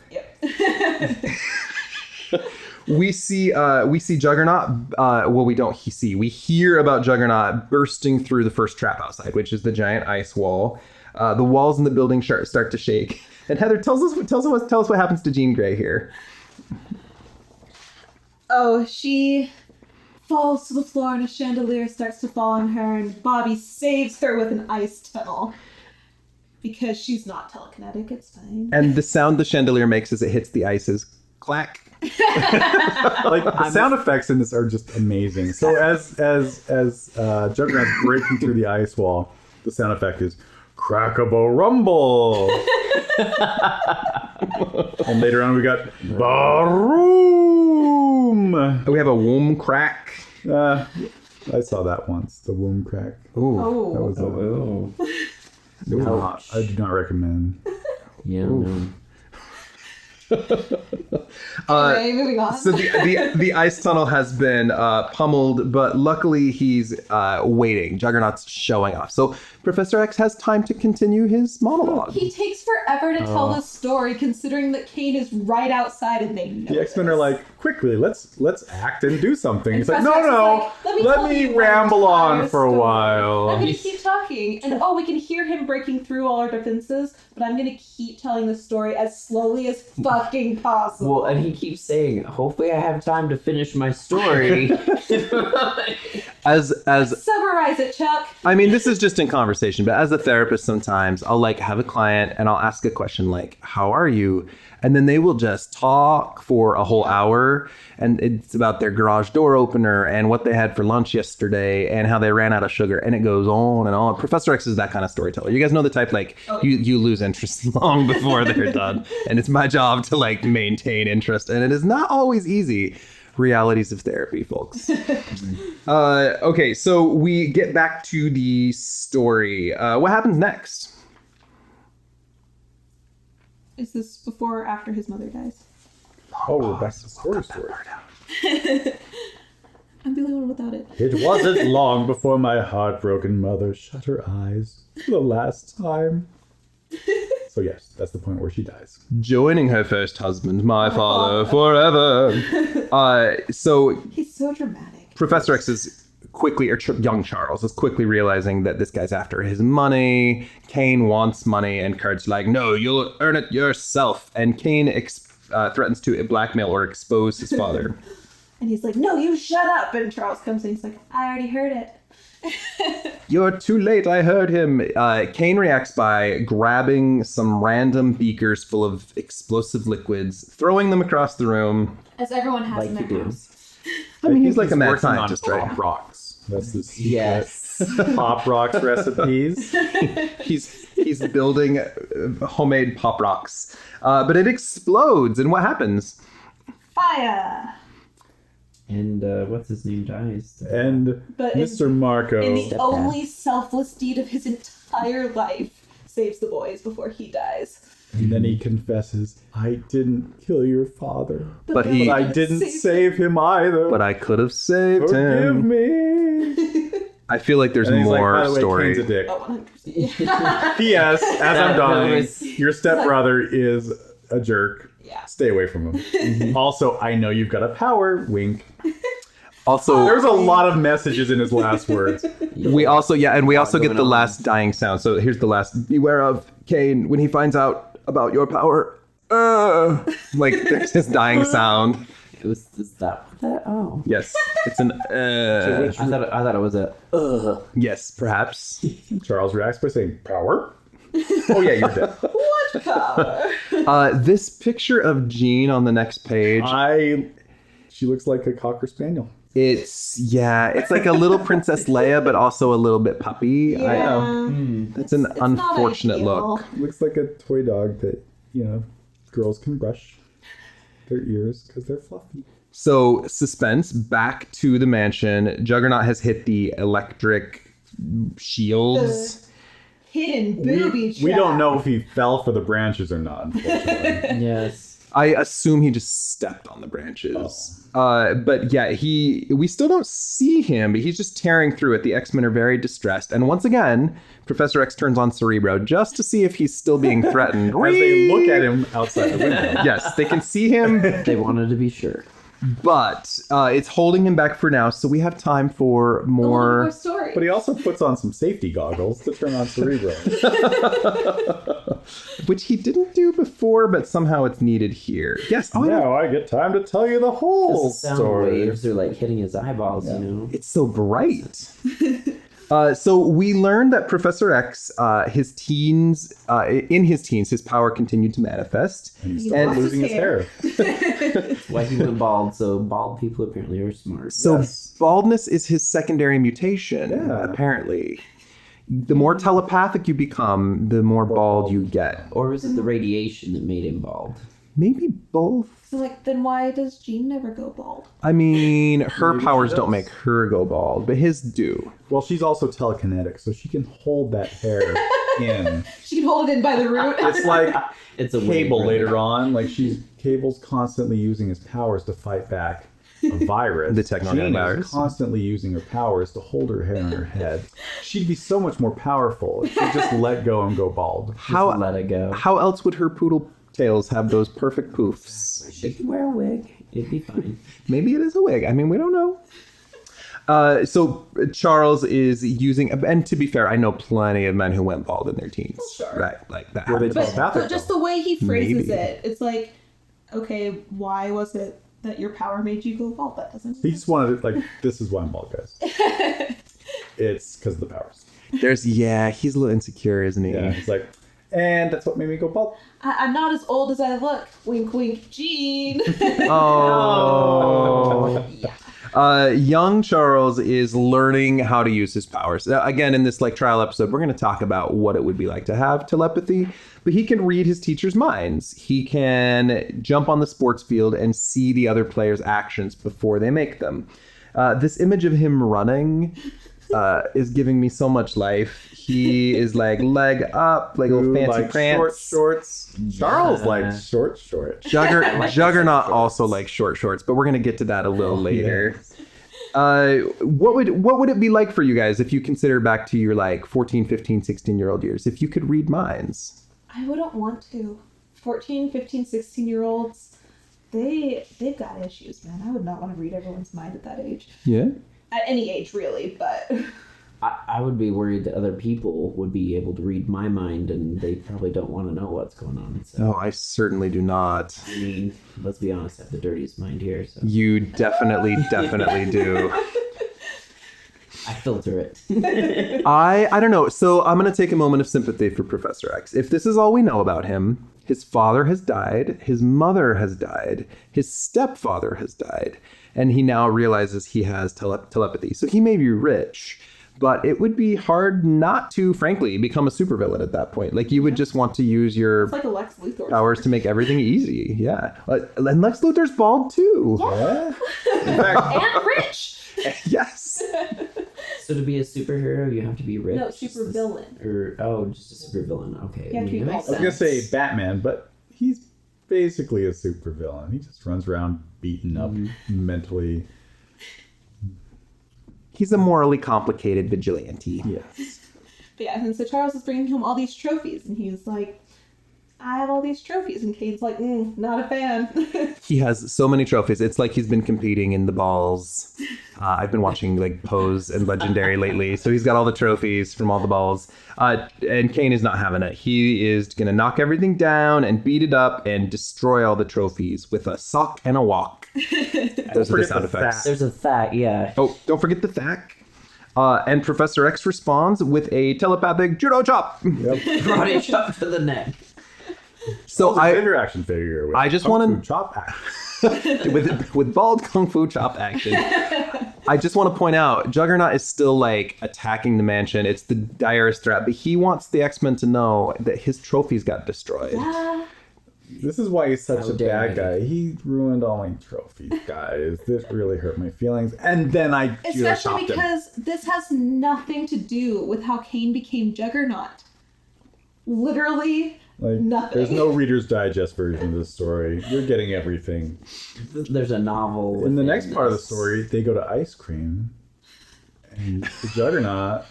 B: Yep.
A: We see, uh, we see Juggernaut. Uh, well, we don't he- see. We hear about Juggernaut bursting through the first trap outside, which is the giant ice wall. Uh, the walls in the building shar- start to shake. And Heather tells us, tells us, tell us what happens to Jean Grey here.
B: Oh, she falls to the floor and a chandelier starts to fall on her, and Bobby saves her with an ice tunnel. Because she's not telekinetic, it's fine.
A: And the sound the chandelier makes as it hits the ice is clack.
C: Like the sound effects in this are just amazing. So as as as uh, Juggernaut's breaking through the ice wall, the sound effect is crackable rumble. and later on, we got baroom.
A: We have a womb crack.
C: Uh, I saw that once. The womb crack.
A: Ooh.
C: That
B: Oh,
C: was a,
D: Oh.
C: it was not. I do not recommend.
D: Yeah, no.
C: Uh,
B: okay, moving on.
A: So the, the the ice tunnel has been uh, pummeled, but luckily he's uh, waiting. Juggernaut's showing off, so Professor X has time to continue his monologue.
B: he takes forever to tell
C: Oh.
B: the story, considering that Kane is right outside and they know.
C: The X Men
B: this.
C: are like, quickly, let's let's act and do something. It's like, no,
B: Professor X is
C: no,
B: like, "Let me
C: let
B: tell
C: me,
B: you my
C: ramble on
B: entire
C: for a
B: story.
C: while.
B: I'm gonna keep talking, and oh, we can hear him breaking through all our defenses, but I'm gonna keep telling the story as slowly as fucking possible.
D: Well, and he keeps saying, hopefully I have time to finish my story.
A: As as
B: Summarize it, Chuck.
A: I mean, this is just in conversation, but as a therapist, sometimes I'll like have a client and I'll ask a question like, How are you? And then they will just talk for a whole hour. And it's about their garage door opener and what they had for lunch yesterday and how they ran out of sugar. And it goes on and on. Professor X is that kind of storyteller. You guys know the type like you, you lose interest long before they're done. And it's my job to like maintain interest. And it is not always easy. Realities of therapy, folks. Uh, okay, so we get back to the story. Uh, what happens next?
B: Is this before or after his mother dies?
C: Oh, we're back to story story.
B: I'm the only one without it.
C: It wasn't long before my heartbroken mother shut her eyes for the last time. so yes, that's the point where she dies.
A: Joining her first husband, my father, forever. uh, so
B: He's so dramatic.
A: Professor X is quickly, or Ch- young Charles is quickly realizing that this guy's after his money. Kane wants money, and Kurt's like, no, you'll earn it yourself. And Kane ex- uh, threatens to blackmail or expose his father.
B: And he's like, "No, you shut up!" And Charles comes in. He's like, "I already heard it."
A: You're too late. I heard him. Uh, Kane reacts by grabbing some random beakers full of explosive liquids, throwing them across the room.
B: As everyone has
D: Like
B: in
D: you
B: their
D: do.
B: house.
A: I mean, he's like a mad
C: working on
A: scientist, right?
C: pop rocks. That's the secret.
D: yes.
C: Pop rocks recipes.
A: he's he's building uh, homemade pop rocks, uh, but it explodes, and what happens?
B: Fire!
D: And uh, what's his name dies.
C: And
B: But in-
C: Mr. Marco.
B: In the
D: Step
B: only selfless deed of his entire life, saves the boys before he dies.
C: and then he confesses, I didn't kill your father.
A: But he-
B: Bill
C: I didn't save him either.
A: But I could have saved
C: Forgive
A: him.
C: me.
A: I feel like there's
C: And he's like,
A: more
C: "By the way,
A: story.
C: Kane's a dick.
B: Oh, 100%. Yeah.
C: P.S. As I'm
D: That
C: dying,
D: was-
C: your stepbrother is a jerk.
B: Yeah.
C: Stay away from him. also, I know you've got a power. Wink.
A: also,
C: There's a lot of messages in his last words.
A: we also yeah, and we also get
D: going
A: the
D: on.
A: last dying sound. So here's the last: Beware of Cain when he finds out about your power. Uh, like there's his dying sound.
D: It was is that what that? Oh,
A: Yes, it's an uh,
D: I thought I thought it was a. Ugh.
A: yes, perhaps.
C: Charles reacts by saying, Power? Oh, yeah, you're dead.
B: What power?
A: Uh, this picture of Jean on the next page.
B: Uh,
C: I. She looks like a cocker spaniel.
A: It's yeah, it's like a little Princess Leia, but also a little bit puppy. I- um, It's an
B: It's not
A: unfortunate
B: ideal.
A: look.
C: Looks like a toy dog that, you know, girls can brush their ears because they're fluffy.
A: So suspense back to the mansion. Juggernaut has hit the electric shields.
B: Hidden booby trap.
C: we don't know if he fell for the branches or not, unfortunately.
D: Yes.
A: I assume he just stepped on the branches. Uh, but yeah, he we still don't see him, but he's just tearing through it. The X-Men are very distressed. And once again, Professor X turns on Cerebro just to see if he's still being threatened.
C: As they look at him outside the window.
A: Yes, they can see him,
D: They wanted to be sure.
A: but uh, it's holding him back for now, so we have time for
B: A little more
A: more.
B: story.
C: But he also puts on some safety goggles to turn on Cerebro.
A: Which he didn't do before, but somehow it's needed here. Yes, oh, I know.
C: now I get time to tell you the whole
D: sound
C: story.
D: waves are like hitting his eyeballs. You know.
A: it's so bright. Uh, so we learned that Professor X, uh, his teens, uh, in his teens, his power continued to manifest.
C: He's
B: And-
C: still losing his hair.
D: That's why he went bald. So bald people apparently are smart.
A: So
C: Yes.
A: baldness is his secondary mutation,
C: Yeah. Mm-hmm.
A: apparently. The more telepathic you become, the more bald you get.
D: or was it the radiation that made him bald?
A: Maybe both.
B: So, like, then why does Jean never go bald?
A: I mean, her
C: Maybe
A: powers
C: she
A: don't
C: does.
A: make her go bald, but his do.
C: Well, she's also telekinetic, so she can hold that hair in.
B: She can hold it in by the root.
C: It's like
D: It's a
C: Cable later on, like she's Cable's constantly using his powers to fight back a virus.
A: The techno
C: Jean is
A: virus.
C: constantly using her powers to hold her hair on her head. She'd be so much more powerful if she just let go and go bald.
D: How
A: How
D: let it go.
A: how else would her poodle tails have those perfect poofs?
D: She could wear a wig. It'd be fine.
A: Maybe it is a wig. I mean, we don't know. Uh, so Charles is using, and to be fair, I know plenty of men who went bald in their teens.
B: Sure.
A: Right, like that.
C: Were they
A: happens.
B: but,
C: telepathic,
B: but just
C: though.
B: the way he phrases
A: Maybe.
B: it, it's like, okay, why was it that your power made you go bald? That doesn't.
C: He just wanted to, like, this is why I'm bald, guys. It's because of the powers.
A: There's yeah, he's a little insecure, isn't he?
C: Yeah, it's like, and that's what made me go bald.
B: I- I'm not as old as I look. Wink, wink, Jean.
A: Oh. Uh, young Charles is learning how to use his powers. Now, again, in this like trial episode, we're going to talk about what it would be like to have telepathy. But he can read his teacher's minds. He can jump on the sports field and see the other players' actions before they make them. Uh, this image of him running uh, is giving me so much life. He is like leg up, like a little
C: Who
A: fancy
C: likes
A: prance.
C: Short shorts. Charles
D: Yeah.
C: likes short shorts.
A: Jugger- Juggernaut also likes short shorts, but we're gonna get to that a little later. Uh, what would what would it be like for you guys if you consider back to your like 14, 15, 16 year old years if you could read minds?
B: I wouldn't want to. 14, 15, 16 year olds, they they've got issues, man. I would not want to read everyone's mind at that age.
A: Yeah.
B: At any age, really, but
D: I, I would be worried that other people would be able to read my mind and they probably don't want to know what's going on.
A: Oh,
D: So,
A: I certainly do not.
D: I mean, let's be honest, I have the dirtiest mind here. So
A: You definitely, definitely do.
D: I filter it.
A: I I don't know. So I'm gonna take a moment of sympathy for Professor X. If this is all we know about him, his father has died, his mother has died, his stepfather has died, and he now realizes he has tele- telepathy. So he may be rich, But it would be hard not to, frankly, become a supervillain at that point. Like you would just want to use your
B: It's like a Lex Luthor.
A: powers to make everything easy. Yeah. Uh, and Lex Luthor's bald too.
D: In fact,
B: and rich.
A: Yes.
D: so to be a superhero, you have to be rich.
B: No, super villain.
D: Or oh, just a supervillain. Okay.
B: You have to be
D: that makes
B: bald.
C: I was gonna say Batman, but he's basically a supervillain. He just runs around beaten up
A: Mm-hmm.
C: mentally.
A: He's a morally complicated vigilante.
C: Yes.
B: But yeah, and so Charles is bringing home all these trophies, and he's like, "I have all these trophies," and Kane's like, mm, "Not a fan."
A: He has so many trophies. It's like he's been competing in the balls. Uh, I've been watching like Pose and Legendary lately, so he's got all the trophies from all the balls. Uh, and Kane is not having it. He is gonna knock everything down and beat it up and destroy all the trophies with a sock and a walk. Those are the
C: forget
A: sound
C: the
A: effects.
C: fact.
D: There's a fact, yeah.
A: Oh, don't forget the thack. Uh, and Professor X responds with a telepathic judo chop.
D: Karate chop to the neck.
A: So I
C: Favorite action figure. With
A: I just
C: Kung
A: wanna-
C: Fu chop. act.
A: with with bald kung fu chop action. I just want to point out, Juggernaut is still like attacking the mansion. It's the direst threat, but he wants the X Men to know that his trophies got destroyed.
B: Ah,
C: This is why he's such
D: How
C: a
D: dare
C: bad guy. He ruined all my trophies, guys. this really hurt my feelings. And then I judo
B: especially
C: chopped him.
B: because this has nothing to do with how Kane became Juggernaut. Literally,
C: Like,
B: Nothing.
C: There's no Reader's Digest version of this story. You're getting everything.
D: There's a novel.
C: In the
D: within
C: next part of the
D: this.
C: story, they go to ice cream, and the Juggernaut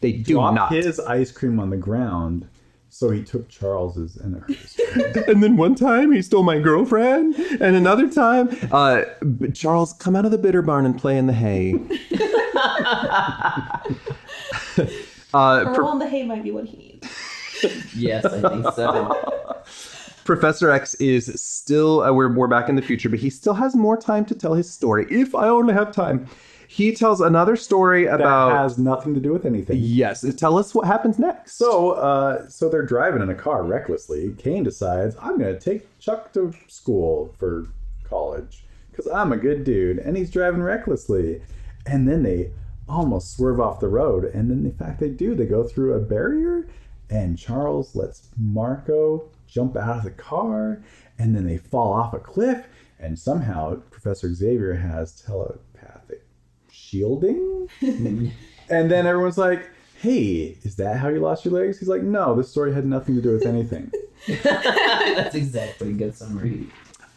A: They do
C: dropped
A: not.
C: his ice cream on the ground. So he took Charles's and it hurt his feelings.
A: And then one time he stole my girlfriend, and another time, uh, b- Charles, come out of the bitter barn and play in the hay. uh,
B: a
A: pro-
B: roll in the hay might be what he needs.
D: Yes, I think so.
A: Professor X is still, uh, we're, we're back in the future, but he still has more time to tell his story. If I only have time. He tells another story
C: That
A: about.
C: has nothing to do with anything.
A: yes, tell us what happens next.
C: So, uh, so they're driving in a car recklessly. Kane decides I'm going to take Chuck to school for college because I'm a good dude, and he's driving recklessly. And then they almost swerve off the road, and then in fact they do. They go through a barrier, and Charles lets Marco jump out of the car, and then they fall off a cliff. And somehow Professor Xavier has telepathic shielding. And then everyone's like, hey, is that how you lost your legs? He's like, no, this story had nothing to do with anything.
D: That's exactly a good summary.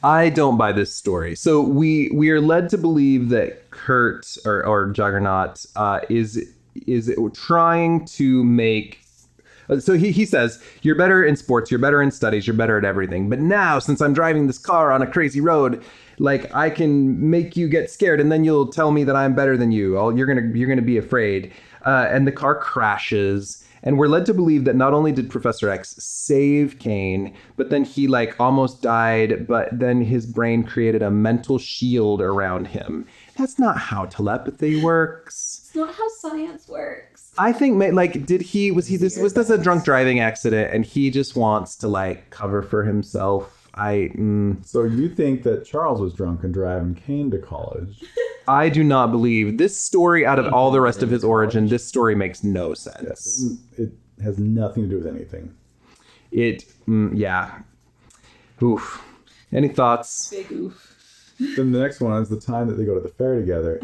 A: I don't buy this story. So we we are led to believe that Kurt or, or Juggernaut uh, is is trying to make. uh, So he, he says, You're better in sports, you're better in studies, you're better at everything. But now, since I'm driving this car on a crazy road, like I can make you get scared and then you'll tell me that I'm better than you. I'll, you're gonna you're gonna be afraid. Uh, and the car crashes. And we're led to believe that not only did Professor X save Kane, but then he like almost died, but then his brain created a mental shield around him. That's not how telepathy works.
B: It's not how science works.
A: I think ma- like did he was he this was this a drunk driving accident and he just wants to like cover for himself. I mm,
C: so you think that Charles was drunk and driving Kane to college?
A: I do not believe this story out of all the rest of his origin, this story makes no sense.
C: It has nothing to do with anything.
A: It mm, yeah. Oof. Any thoughts?
B: Big oof.
C: Then the next one is the time that they go to the fair together,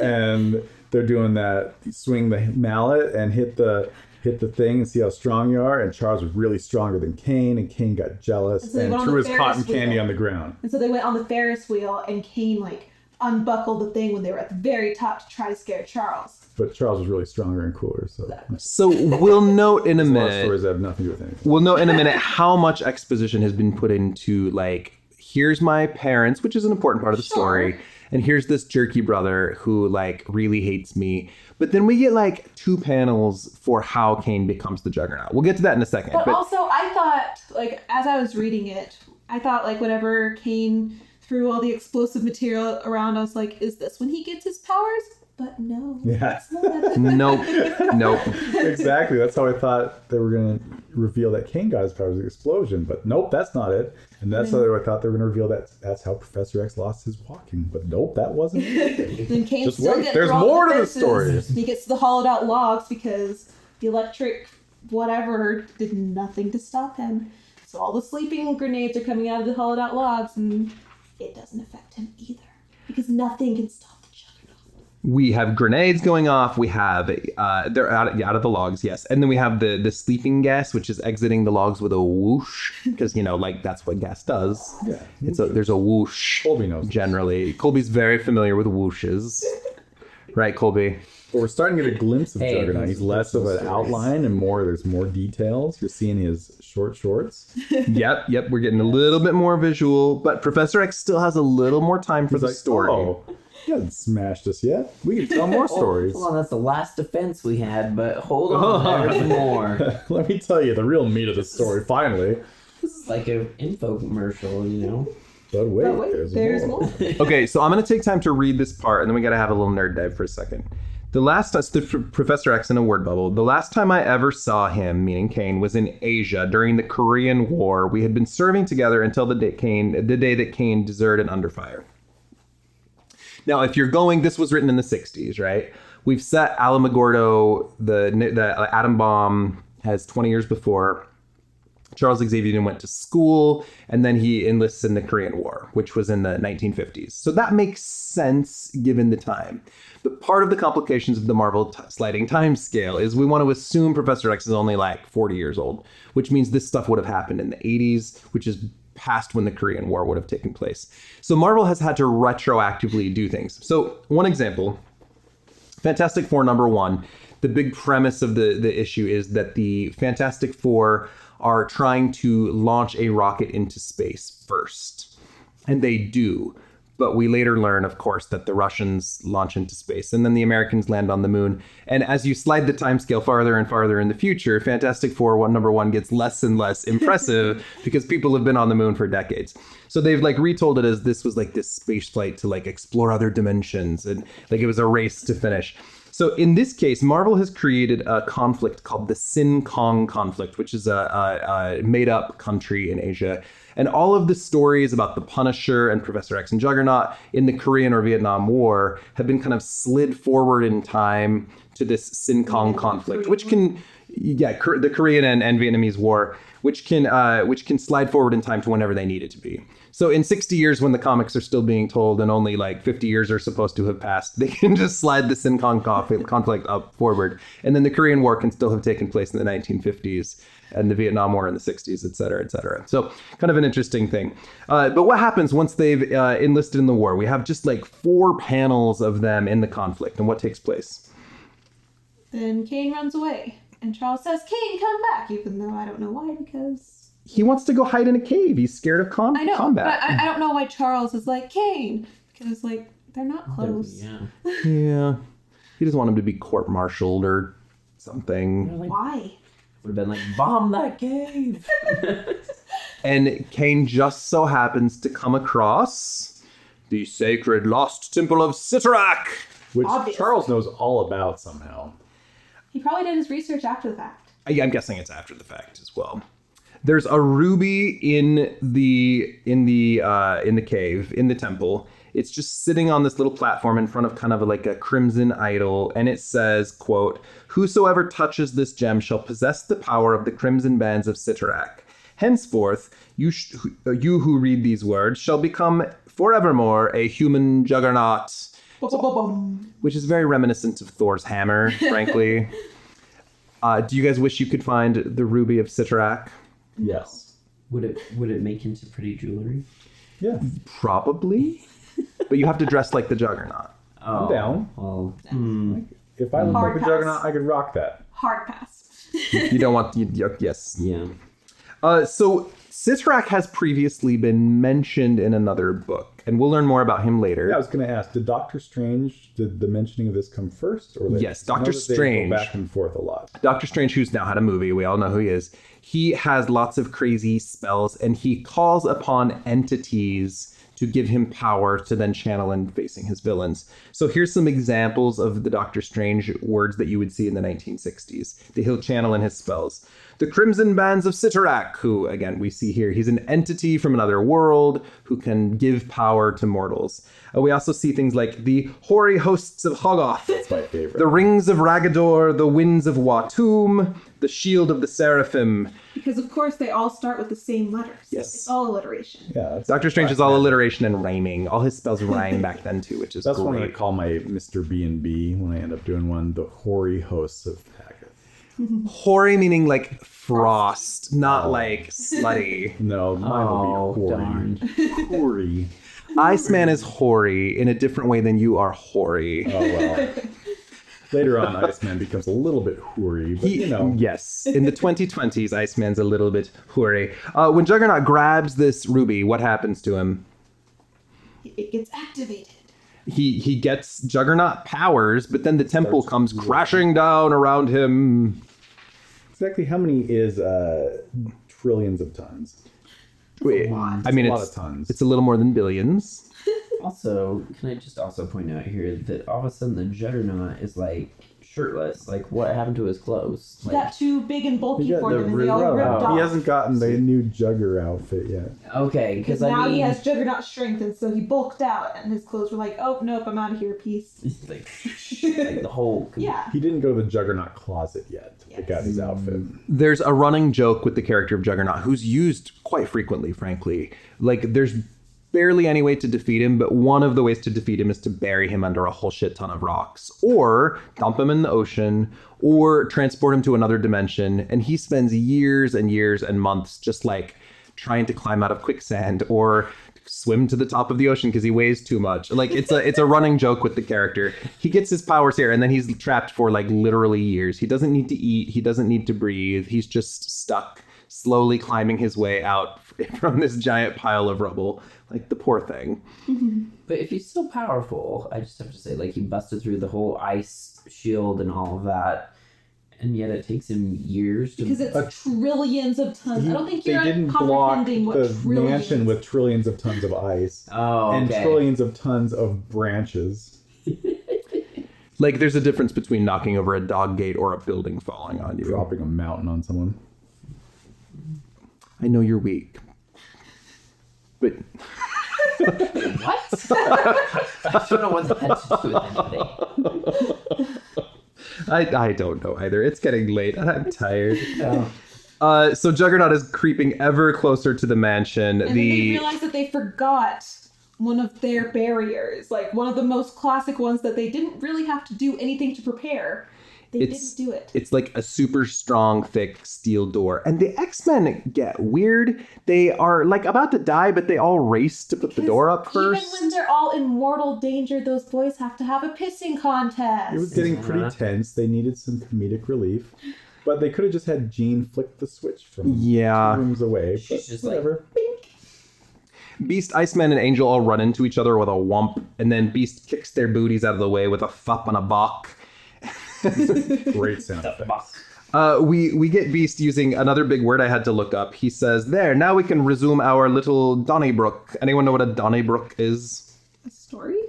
C: and they're doing that swing the mallet and hit the hit the thing and see how strong you are. And Charles was really stronger than Kane, and Kane got jealous
B: And so they
C: and
B: went on
C: threw
B: the
C: his cotton
B: Ferris wheel.
C: candy on the ground.
B: And so they went on the Ferris wheel, and Kane like unbuckled the thing when they were at the very top to try to scare Charles.
C: But Charles was really stronger and cooler, so a
A: So we'll note in a
C: lot of
A: minute.
C: stories that have nothing to do with anything.
A: We'll note in a minute how much exposition has been put into like here's my parents, which is an important part of the story, and here's this jerky brother who like really hates me. But then we get like two panels for how Kane becomes the Juggernaut. We'll get to that in a second.
B: But,
A: but-
B: also, I thought like as I was reading it, I thought like whenever Kane threw all the explosive material around, I was like, is this when he gets his powers? but no.
C: Yeah.
B: It's not.
A: Nope. nope.
C: exactly. That's how I thought they were going to reveal that Kane got his powers of explosion, but nope, that's not it. And that's how I thought they were going to reveal that that's how Professor X lost his walking, but nope, that wasn't it.
B: Then Kane's
C: Just
B: still
C: wait,
B: getting
C: there's
B: through all
C: more to the
B: fences.
C: story.
B: He gets the hollowed out logs because the electric whatever did nothing to stop him. So all the sleeping grenades are coming out of the hollowed out logs, and it doesn't affect him either because nothing can stop the juggernaut.
A: we have grenades going off. We have uh, they're out out of the logs, yes, and then we have the the sleeping gas, which is exiting the logs with a whoosh, because you know, like that's what gas does.
C: Yeah.
A: It's a, there's a whoosh.
C: Colby knows this.
A: generally. Colby's very familiar with whooshes, right, Colby?
C: But we're starting to get a glimpse of
D: Hey,
C: Juggernaut. He's less of an
D: stories.
C: outline and more, there's more details. You're seeing his short shorts.
A: Yep, yep. We're getting a little bit more visual, but Professor X still has a little more time for
C: He's
A: the
C: like,
A: story.
C: oh, he hasn't smashed us yet. We can tell more stories.
D: Hold on, that's the last defense we had, but hold on, there's more.
C: Let me tell you the real meat of the story, finally.
D: This is like an infomercial, you know?
C: But wait,
B: But wait,
C: there's, more.
A: Okay, so I'm going to take time to read this part, and then we got to have a little nerd dive for a second. The last time, the F- Professor X in a word bubble. The last time I ever saw him, meaning Kane, was in Asia during the Korean War. We had been serving together until the day Kane, the day that Kane deserted under fire. Now, if you're going, this was written in the '60s, right? We've set Alamogordo, the the atom bomb, has 20 years before. Charles Xavier Newton went to school, and then he enlists in the Korean War, which was in the 1950s. So that makes sense given the time. But part of the complications of the Marvel t- sliding time scale is we want to assume Professor X is only like 40 years old, which means this stuff would have happened in the 80s, which is past when the Korean War would have taken place. So Marvel has had to retroactively do things. So, one example Fantastic Four number one. The big premise of the the issue is that the Fantastic Four are trying to launch a rocket into space first, and they do. But we later learn, of course, that the Russians launch into space, and then the Americans land on the moon. And as you slide the timescale farther and farther in the future, Fantastic Four one number one gets less and less impressive because people have been on the moon for decades. So they've like retold it as this was like this space flight to like explore other dimensions, and like it was a race to finish. So in this case, Marvel has created a conflict called the Sin Kong conflict, which is a, a, a made-up country in Asia. And all of the stories about the Punisher and Professor X and Juggernaut in the Korean or Vietnam War have been kind of slid forward in time to this Sin Kong conflict, which can, yeah, Kor- the Korean and, and Vietnamese War, which can uh, which can slide forward in time to whenever they need it to be. So in 60 years, when the comics are still being told, and only like 50 years are supposed to have passed, they can just slide the Sin Kong conf- conflict up forward, and then the Korean War can still have taken place in the 1950s, and the Vietnam War in the 60s, et cetera, et cetera. So kind of an interesting thing. Uh, but what happens once they've uh, enlisted in the war? We have just like four panels of them in the conflict, and what takes place?
B: Then Kane runs away, and Charles says, "Kane, come back!" Even though I don't know why, because
A: He wants to go hide in a cave. He's scared of com-
B: I know,
A: combat.
B: but I, I don't know why Charles is like Kane because like they're not close.
D: Yeah.
A: Yeah. He doesn't want him to be court martialed or something.
B: Why?
D: Would have been like, bomb that cave.
A: And Kane just so happens to come across the sacred lost temple of Sitarak.
C: Which
B: Obvious.
C: Charles knows all about somehow.
B: He probably did his research after the fact.
A: I- I'm guessing it's after the fact as well. There's a ruby in the in the uh, in the cave in the temple. It's just sitting on this little platform in front of kind of like a crimson idol, and it says, "quote Whosoever touches this gem shall possess the power of the crimson bands of Sitarak. Henceforth, you sh- who- you who read these words shall become forevermore a human juggernaut." which is very reminiscent of Thor's hammer, frankly. uh, do you guys wish you could find the ruby of Sitarak?
C: Yes.
D: Would it would it make into pretty jewelry?
C: Yeah.
A: Probably, but you have to dress like the Juggernaut.
D: Oh,
C: down.
D: Well,
C: If I look
B: Hard
C: like a
B: pass.
C: juggernaut, I could rock that.
B: Hard pass.
A: You don't want you, you- yes.
D: yeah.
A: Uh, so Sitarak has previously been mentioned in another book, and we'll learn more about him later.
C: Yeah, I was going to ask: Did Doctor Strange did the mentioning of this come first, or they-
A: Yes,
C: I know
A: Doctor
C: that they go
A: Strange.
C: back and forth a lot?
A: Doctor Strange, who's now had a movie, we all know who he is. He has lots of crazy spells, and he calls upon entities to give him power to then channel in facing his villains. So here's some examples of the Doctor Strange words that you would see in the 1960s that he'll channel in his spells. The Crimson Bands of Sitarak, who, again, we see here, he's an entity from another world who can give power to mortals. Uh, we also see things like the Hoary Hosts of Hogoth,
C: It's my favorite.
A: the Rings of Ragador, the Winds of Watum, the Shield of the Seraphim.
B: Because of course they all start with the same letters.
A: Yes.
B: It's all alliteration.
C: yeah, that's,
A: Doctor Strange is all alliteration and rhyming. All his spells rhyme back then too, which is
C: that's
A: great.
C: what I'm gonna call my Mr. B and B when I end up doing one. The hoary hosts of Haggith.
A: Hoary meaning like frost,
C: Oh.
A: not like slutty.
C: No, mine will
D: Oh,
C: be hoary. Hoary.
A: Iceman is hoary in a different way than you are hoary.
C: Oh well. Later on, Iceman becomes a little bit hoary, but you know.
A: Yes. In the 2020s, Iceman's a little bit hoary. Uh, when Juggernaut grabs this ruby, what happens to him?
B: It gets activated.
A: He he gets Juggernaut powers, but then the temple comes crashing down around him.
C: Exactly how many is uh, trillions of tons?
A: Wait, I mean,
C: a lot
A: it's
C: of tons.
A: it's a little more than billions.
D: Also, can I just also point out here that all of a sudden the Juggernaut is like shirtless. Like, what happened to his clothes?
B: He
D: Like,
B: got too big and bulky
C: He got
B: for
D: the
B: them and they all
D: root-
B: ripped
D: oh,
B: off.
C: He hasn't gotten the new Jugger outfit yet.
D: okay, because
B: because
D: I
B: now
D: mean,
B: he has juggernaut strength and so he bulked out and his clothes were like, Oh nope, I'm out of here, peace.
D: like, like the whole.
B: Yeah.
C: He didn't go to the Juggernaut closet yet. to pick out his outfit.
A: there's a running joke with the character of Juggernaut who's used quite frequently, frankly. Like, there's barely any way to defeat him, but one of the ways to defeat him is to bury him under a whole shit ton of rocks, or dump him in the ocean, or transport him to another dimension. And he spends years and years and months just like trying to climb out of quicksand or swim to the top of the ocean because he weighs too much. Like it's a it's a running joke with the character. He gets his powers here and then he's trapped for like literally years. He doesn't need to eat, he doesn't need to breathe. He's just stuck slowly climbing his way out from this giant pile of rubble. Like the poor thing.
D: But if he's so powerful, I just have to say, like, he busted through the whole ice shield and all of that, and yet it takes him years to.
B: Because it's trillions of tons. I don't think
C: they
B: you're
C: didn't block
B: comprehending what
C: the
B: trillions.
C: mansion with trillions of tons of ice
D: oh, okay.
C: and trillions of tons of branches.
A: Like there's a difference between knocking over a dog gate or a building falling on you.
C: Dropping a mountain on someone.
A: I know you're weak. But
D: What? I don't know what that had to do with anything.
A: I, I don't know either. It's getting late. I'm tired.
D: Oh,
A: Uh, so Juggernaut is creeping ever closer to the mansion.
B: And then they
A: the
B: realized that they forgot one of their barriers, like one of the most classic ones that they didn't really have to do anything to prepare. They
A: It's-
B: didn't do it.
A: it's like a super strong, thick steel door. And the X Men get weird. They are like about to die, but they all race to put the door up first.
B: Even when they're all in mortal danger, those boys have to have a pissing contest.
C: It was getting pretty tense. They needed some comedic relief. But they could have just had Jean flick the switch from
A: Yeah.
C: rooms away. But
D: She's just like-
C: whatever.
A: Beast, Iceman, and Angel all run into each other with a whomp, and then Beast kicks their booties out of the way with a fop and a bok.
C: Great sound effect.
A: Uh, we we get Beast using another big word I had to look up. He says, "There, now we can resume our little Donnybrook." Anyone know what a Donnybrook is?
B: a story?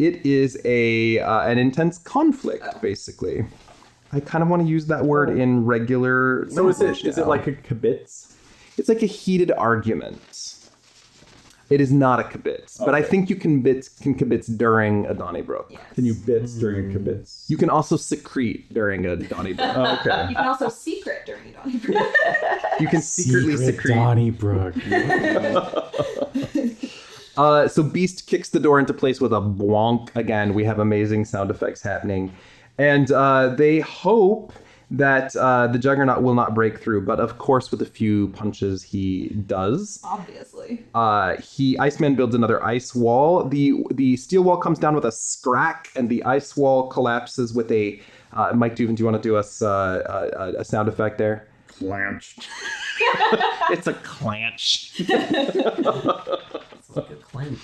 A: It is a uh, an intense conflict, basically. I kind of want to use that word in regular.
C: So is
A: language
C: it is it
A: now.
C: like a kibitz?
A: it's like a heated argument? It is not a kibitz, but I think you can bits can kibitz during a Donnybrook.
C: Can you bits during a kibitz?
A: You can also secrete during a Donnybrook.
C: Oh, okay.
B: You can also secret during it on
A: you can secretly secrete.
C: Donnybrook.
A: Uh, so Beast kicks the door into place with a blonk. Again, we have amazing sound effects happening. And uh, they hope that uh, the Juggernaut will not break through, but of course, with a few punches, he does.
B: obviously.
A: Uh, he Iceman builds another ice wall. The the steel wall comes down with a scrack, and the ice wall collapses with a. Uh, Mike Duven, do you want to do us uh, a, a sound effect there?
C: Blanched.
A: It's a clanch.
D: It's like a clench.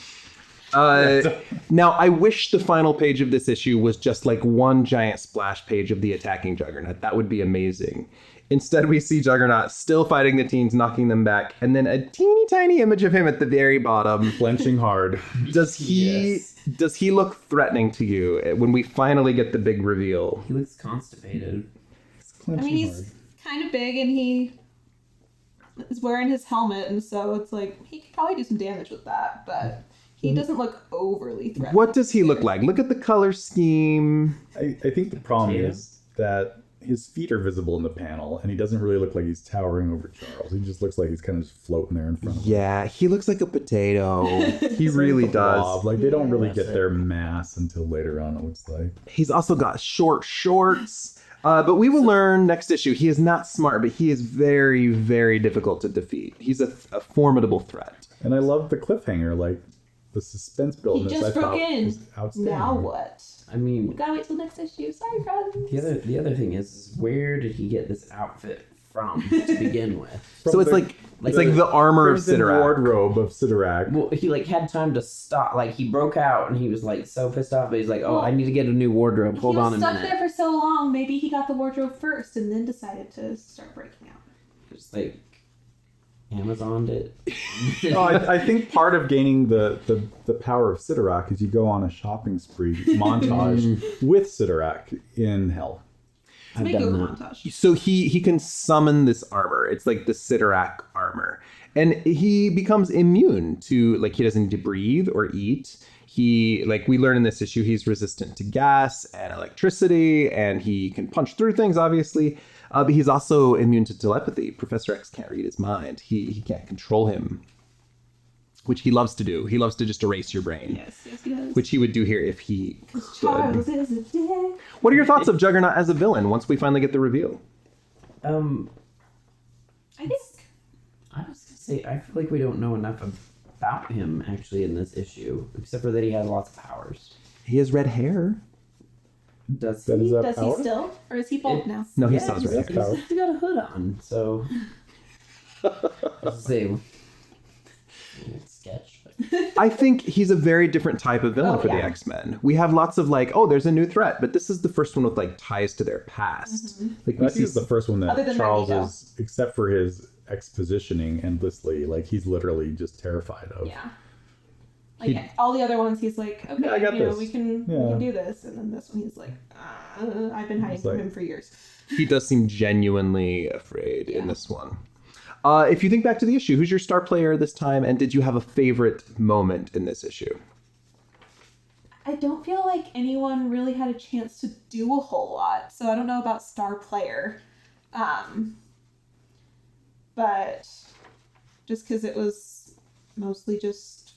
A: Uh, now, I wish the final page of this issue was just like one giant splash page of the attacking juggernaut. That would be amazing. Instead, we see Juggernaut still fighting the teens, knocking them back, and then a teeny tiny image of him at the very bottom.
C: Flinching hard.
A: Does he
D: Yes.
A: does he look threatening to you eh, when we finally get the big reveal?
D: He looks constipated.
B: I mean, he's kind of big and he is wearing his helmet, and so it's like he could probably do some damage with that, but he doesn't look overly threatening.
A: What does he look like? Look at the color scheme.
C: I, I think the problem
D: Potato.
C: is that his feet are visible in the panel, and he doesn't really look like he's towering over Charles. He just looks like he's kind of just floating there in front of him.
A: Yeah, he looks like a potato. he really
C: Blob.
A: does.
C: Like they don't really
D: That's
C: get
D: it.
C: their mass until later on. It looks like.
A: He's also got short shorts. Uh, but we will learn next issue. He is not smart, but he is very, very difficult to defeat. He's a, a formidable threat.
C: And I love the cliffhanger, like the suspense building.
B: just
C: I
B: broke
C: thought
B: in.
C: was outstanding.
B: Now what?
D: I mean,
B: Gotta wait till next issue. Sorry, friends.
D: the other the other thing is, is where did he get this outfit from to begin with?
A: so it's
C: the-
A: like it's
D: the-
A: like the armor of
C: There's the
A: Sidorak.
C: wardrobe of Sidorak.
D: Well, he like had time to stop. Like he broke out and he was like so pissed off, but he's like, "Oh,
B: Well,
D: I need to get a new wardrobe. Hold
B: he was
D: on a
B: stuck
D: minute."
B: there for so long. Maybe he got the wardrobe first and then decided to start breaking out.
D: Just like Amazoned it.
C: No, I, I think part of gaining the, the, the power of Sidorak is you go on a shopping spree montage
A: Mm.
C: with Sidorak in hell.
B: Let's make a
D: done
B: montage.
A: So he he can summon this armor. It's like the Sidorak armor, and he becomes immune to like he doesn't need to breathe or eat. He like we learn in this issue he's resistant to gas and electricity, and he can punch through things obviously. Uh, but he's also immune to telepathy. Professor X can't read his mind. He he can't control him, which he loves to do. He loves to just erase your brain,
B: Yes, yes, yes.
A: which he would do here if he could.
B: Charles is a dick.
A: What are your thoughts of Juggernaut as a villain once we finally get the reveal?
D: Um,
B: I think
D: I was gonna say, I feel like we don't know enough of, about him actually in this issue, except for that he has lots of powers.
A: He has red hair.
D: Does
C: That
D: he?
C: is a
B: does
C: power.
B: he still, or is he bald
D: It-
B: now?
A: No, he
D: Yeah,
A: still has
D: he's-
A: red
C: That's
A: hair.
C: power.
D: He's got a hood on, so. I was gonna say, sketch. But
A: I think he's a very different type of villain
B: Oh,
A: for the
B: yeah.
A: X Men. We have lots of like, oh, there's a new threat, but this is the first one with like ties to their past. Like we
C: That
A: see
C: is the first one
B: Other
C: that
B: than
C: Charles
B: Magneto.
C: is, except for his expositioning endlessly, like he's literally just terrified of.
B: Yeah. Like all the other ones, he's like, okay,
C: I got
B: you know,
C: this.
B: we can we
C: Yeah.
B: can do this, and then this one, he's like, uh, I've been hiding from
C: like-
B: him for years.
A: he does seem genuinely afraid in this one. Uh, if you think back to the issue, who's your star player this time, and did you have a favorite moment in this issue?
B: I don't feel like anyone really had a chance to do a whole lot, so I don't know about star player, um, but just because it was mostly just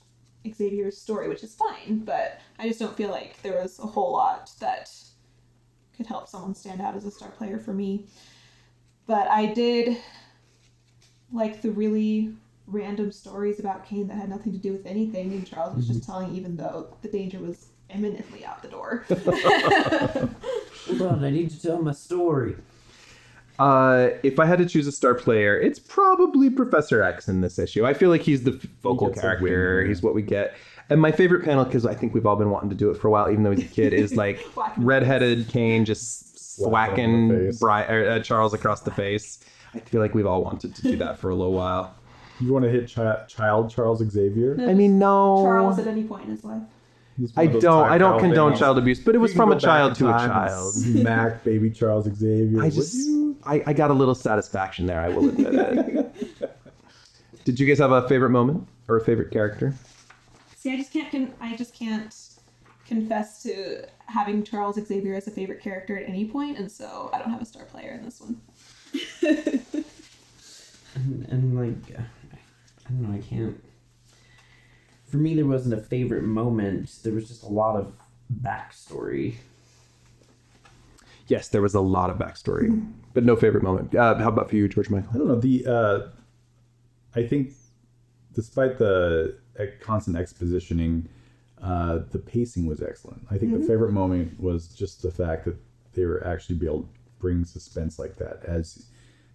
B: Xavier's story, which is fine, but I just don't feel like there was a whole lot that could help someone stand out as a star player for me. But I did like the really random stories about Kane that had nothing to do with anything, and Charles was just telling, even though the danger was imminently out the door.
D: hold on, I need to tell my story.
A: Uh, if I had to choose a star player, it's probably Professor X in this issue. I feel like he's the f- focal
C: gets a
A: character.
C: win.
A: He's what we get. And my favorite panel, because I think we've all been wanting to do it for a while, even though he's a kid, is like
B: Whacking him.
A: redheaded Kane just
C: Slap him in the
A: whacking
C: face.
A: Bri- or, uh, Charles across the face. I feel like we've all wanted to do that for a little while.
C: You want to hit chi- child Charles Xavier?
A: I mean, no,
B: Charles at any point in his life.
C: He's
A: I
C: one of those
A: don't.
C: time
A: I don't
C: travel
A: condone
C: things.
A: child abuse, but it was
C: You can
A: from
C: go
A: a
C: back
A: child
C: in
A: to a
C: time and
A: child.
C: Smack baby Charles Xavier.
A: I
C: Would
A: just,
C: you?
A: I, I got a little satisfaction there. I will admit it. Did you guys have a favorite moment or a favorite character?
B: See, I just can't. Con- I just can't confess to having Charles Xavier as a favorite character at any point, and so I don't have a star player in this one.
D: And, and like, I don't know, I can't. For me, there wasn't a favorite moment. There was just a lot of backstory.
A: Yes, there was a lot of backstory, but no favorite moment. Uh, how about for you, George Michael?
C: I don't know. The uh, I think, despite the e- constant expositioning, uh, the pacing was excellent. I think the favorite moment was just the fact that they were actually be able to bring suspense like that as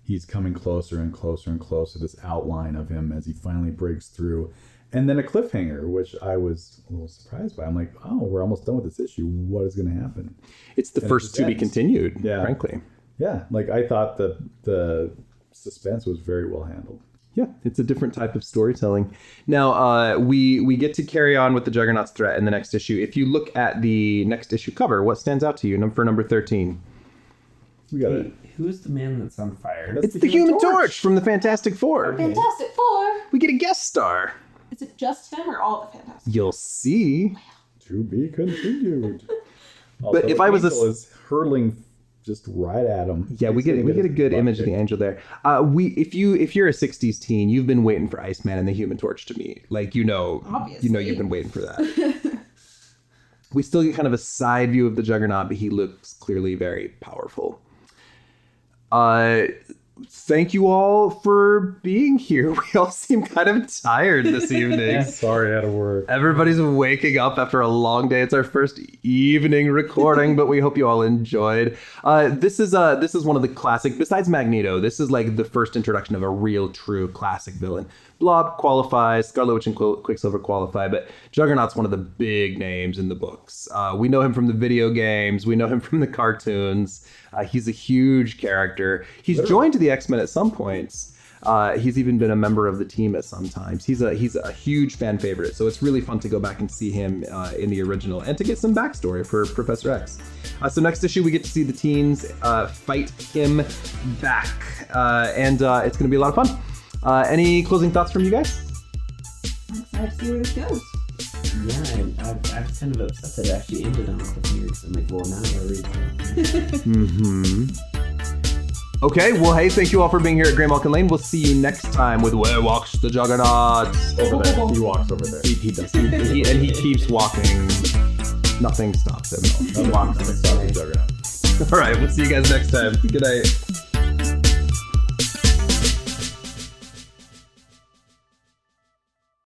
C: he's coming closer and closer and closer. This outline of him as he finally breaks through, and then a cliffhanger, which I was a little surprised by. I'm like, oh, we're almost done with this issue. What is going to happen?
A: It's the
C: it
A: first
C: just
A: to be
C: ends.
A: continued,
C: Yeah.
A: frankly.
C: Yeah, like I thought the the suspense was very well handled.
A: Yeah, it's a different type of storytelling. Now uh, we we get to carry on with the Juggernaut's threat in the next issue. If you look at the next issue cover, what stands out to you? Number for number thirteen.
C: We got it.
D: Who's the man that's on fire?
C: That's
A: It's the Human Torch, from the Fantastic Four.
B: Fantastic Four.
A: We get a guest star.
B: Is it just him or all the Fantastic?
A: You'll see.
C: To be continued.
A: But if I was a s-
C: Angel is hurtling just right at him.
A: Yeah, we
C: He's
A: get
C: gonna
A: we get a
C: his
A: good
C: butt
A: image of the
C: kicked.
A: angel there. Uh, we if you if you're a '60s teen, you've been waiting for Iceman and the Human Torch to meet. Like you know, you know
B: Obviously.
A: you've been waiting for that. we still get kind of a side view of the Juggernaut, but he looks clearly very powerful. Uh, thank you all for being here. We all seem kind of tired this evening.
C: Sorry, out of work.
A: Everybody's waking up after a long day. It's our first evening recording, but we hope you all enjoyed. Uh, this is uh, this is one of the classic. Besides Magneto, this is like the first introduction of a real, true classic villain. Blob qualifies, Scarlet Witch and Quil- Quicksilver qualify, but Juggernaut's one of the big names in the books. Uh, we know him from the video games. We know him from the cartoons. Uh, he's a huge character. He's joined to the X Men at some points. Uh, he's even been a member of the team at some times. He's a he's a huge fan favorite, so it's really fun to go back and see him uh, in the original and to get some backstory for Professor X. Uh, so next issue, we get to see the teens uh, fight him back, uh, and uh, it's going to be a lot of fun. Uh, any closing thoughts from you guys?
B: I'm excited to see where this goes.
D: Yeah, I, I, I was kind of upset that it actually ended on a cliffhanger because I'm like, well, now I gotta read it.
A: Mm-hmm. Okay, well, hey, thank you all for being here at Grey Malkin Lane. We'll see you next time with Where Walks the Juggernaut.
C: Over there. He walks over there.
A: He, he does, he, he- and he keeps walking. Nothing stops him. He walks.
C: Sorry, Juggernaut.
A: All right, we'll see you guys next time. Good night.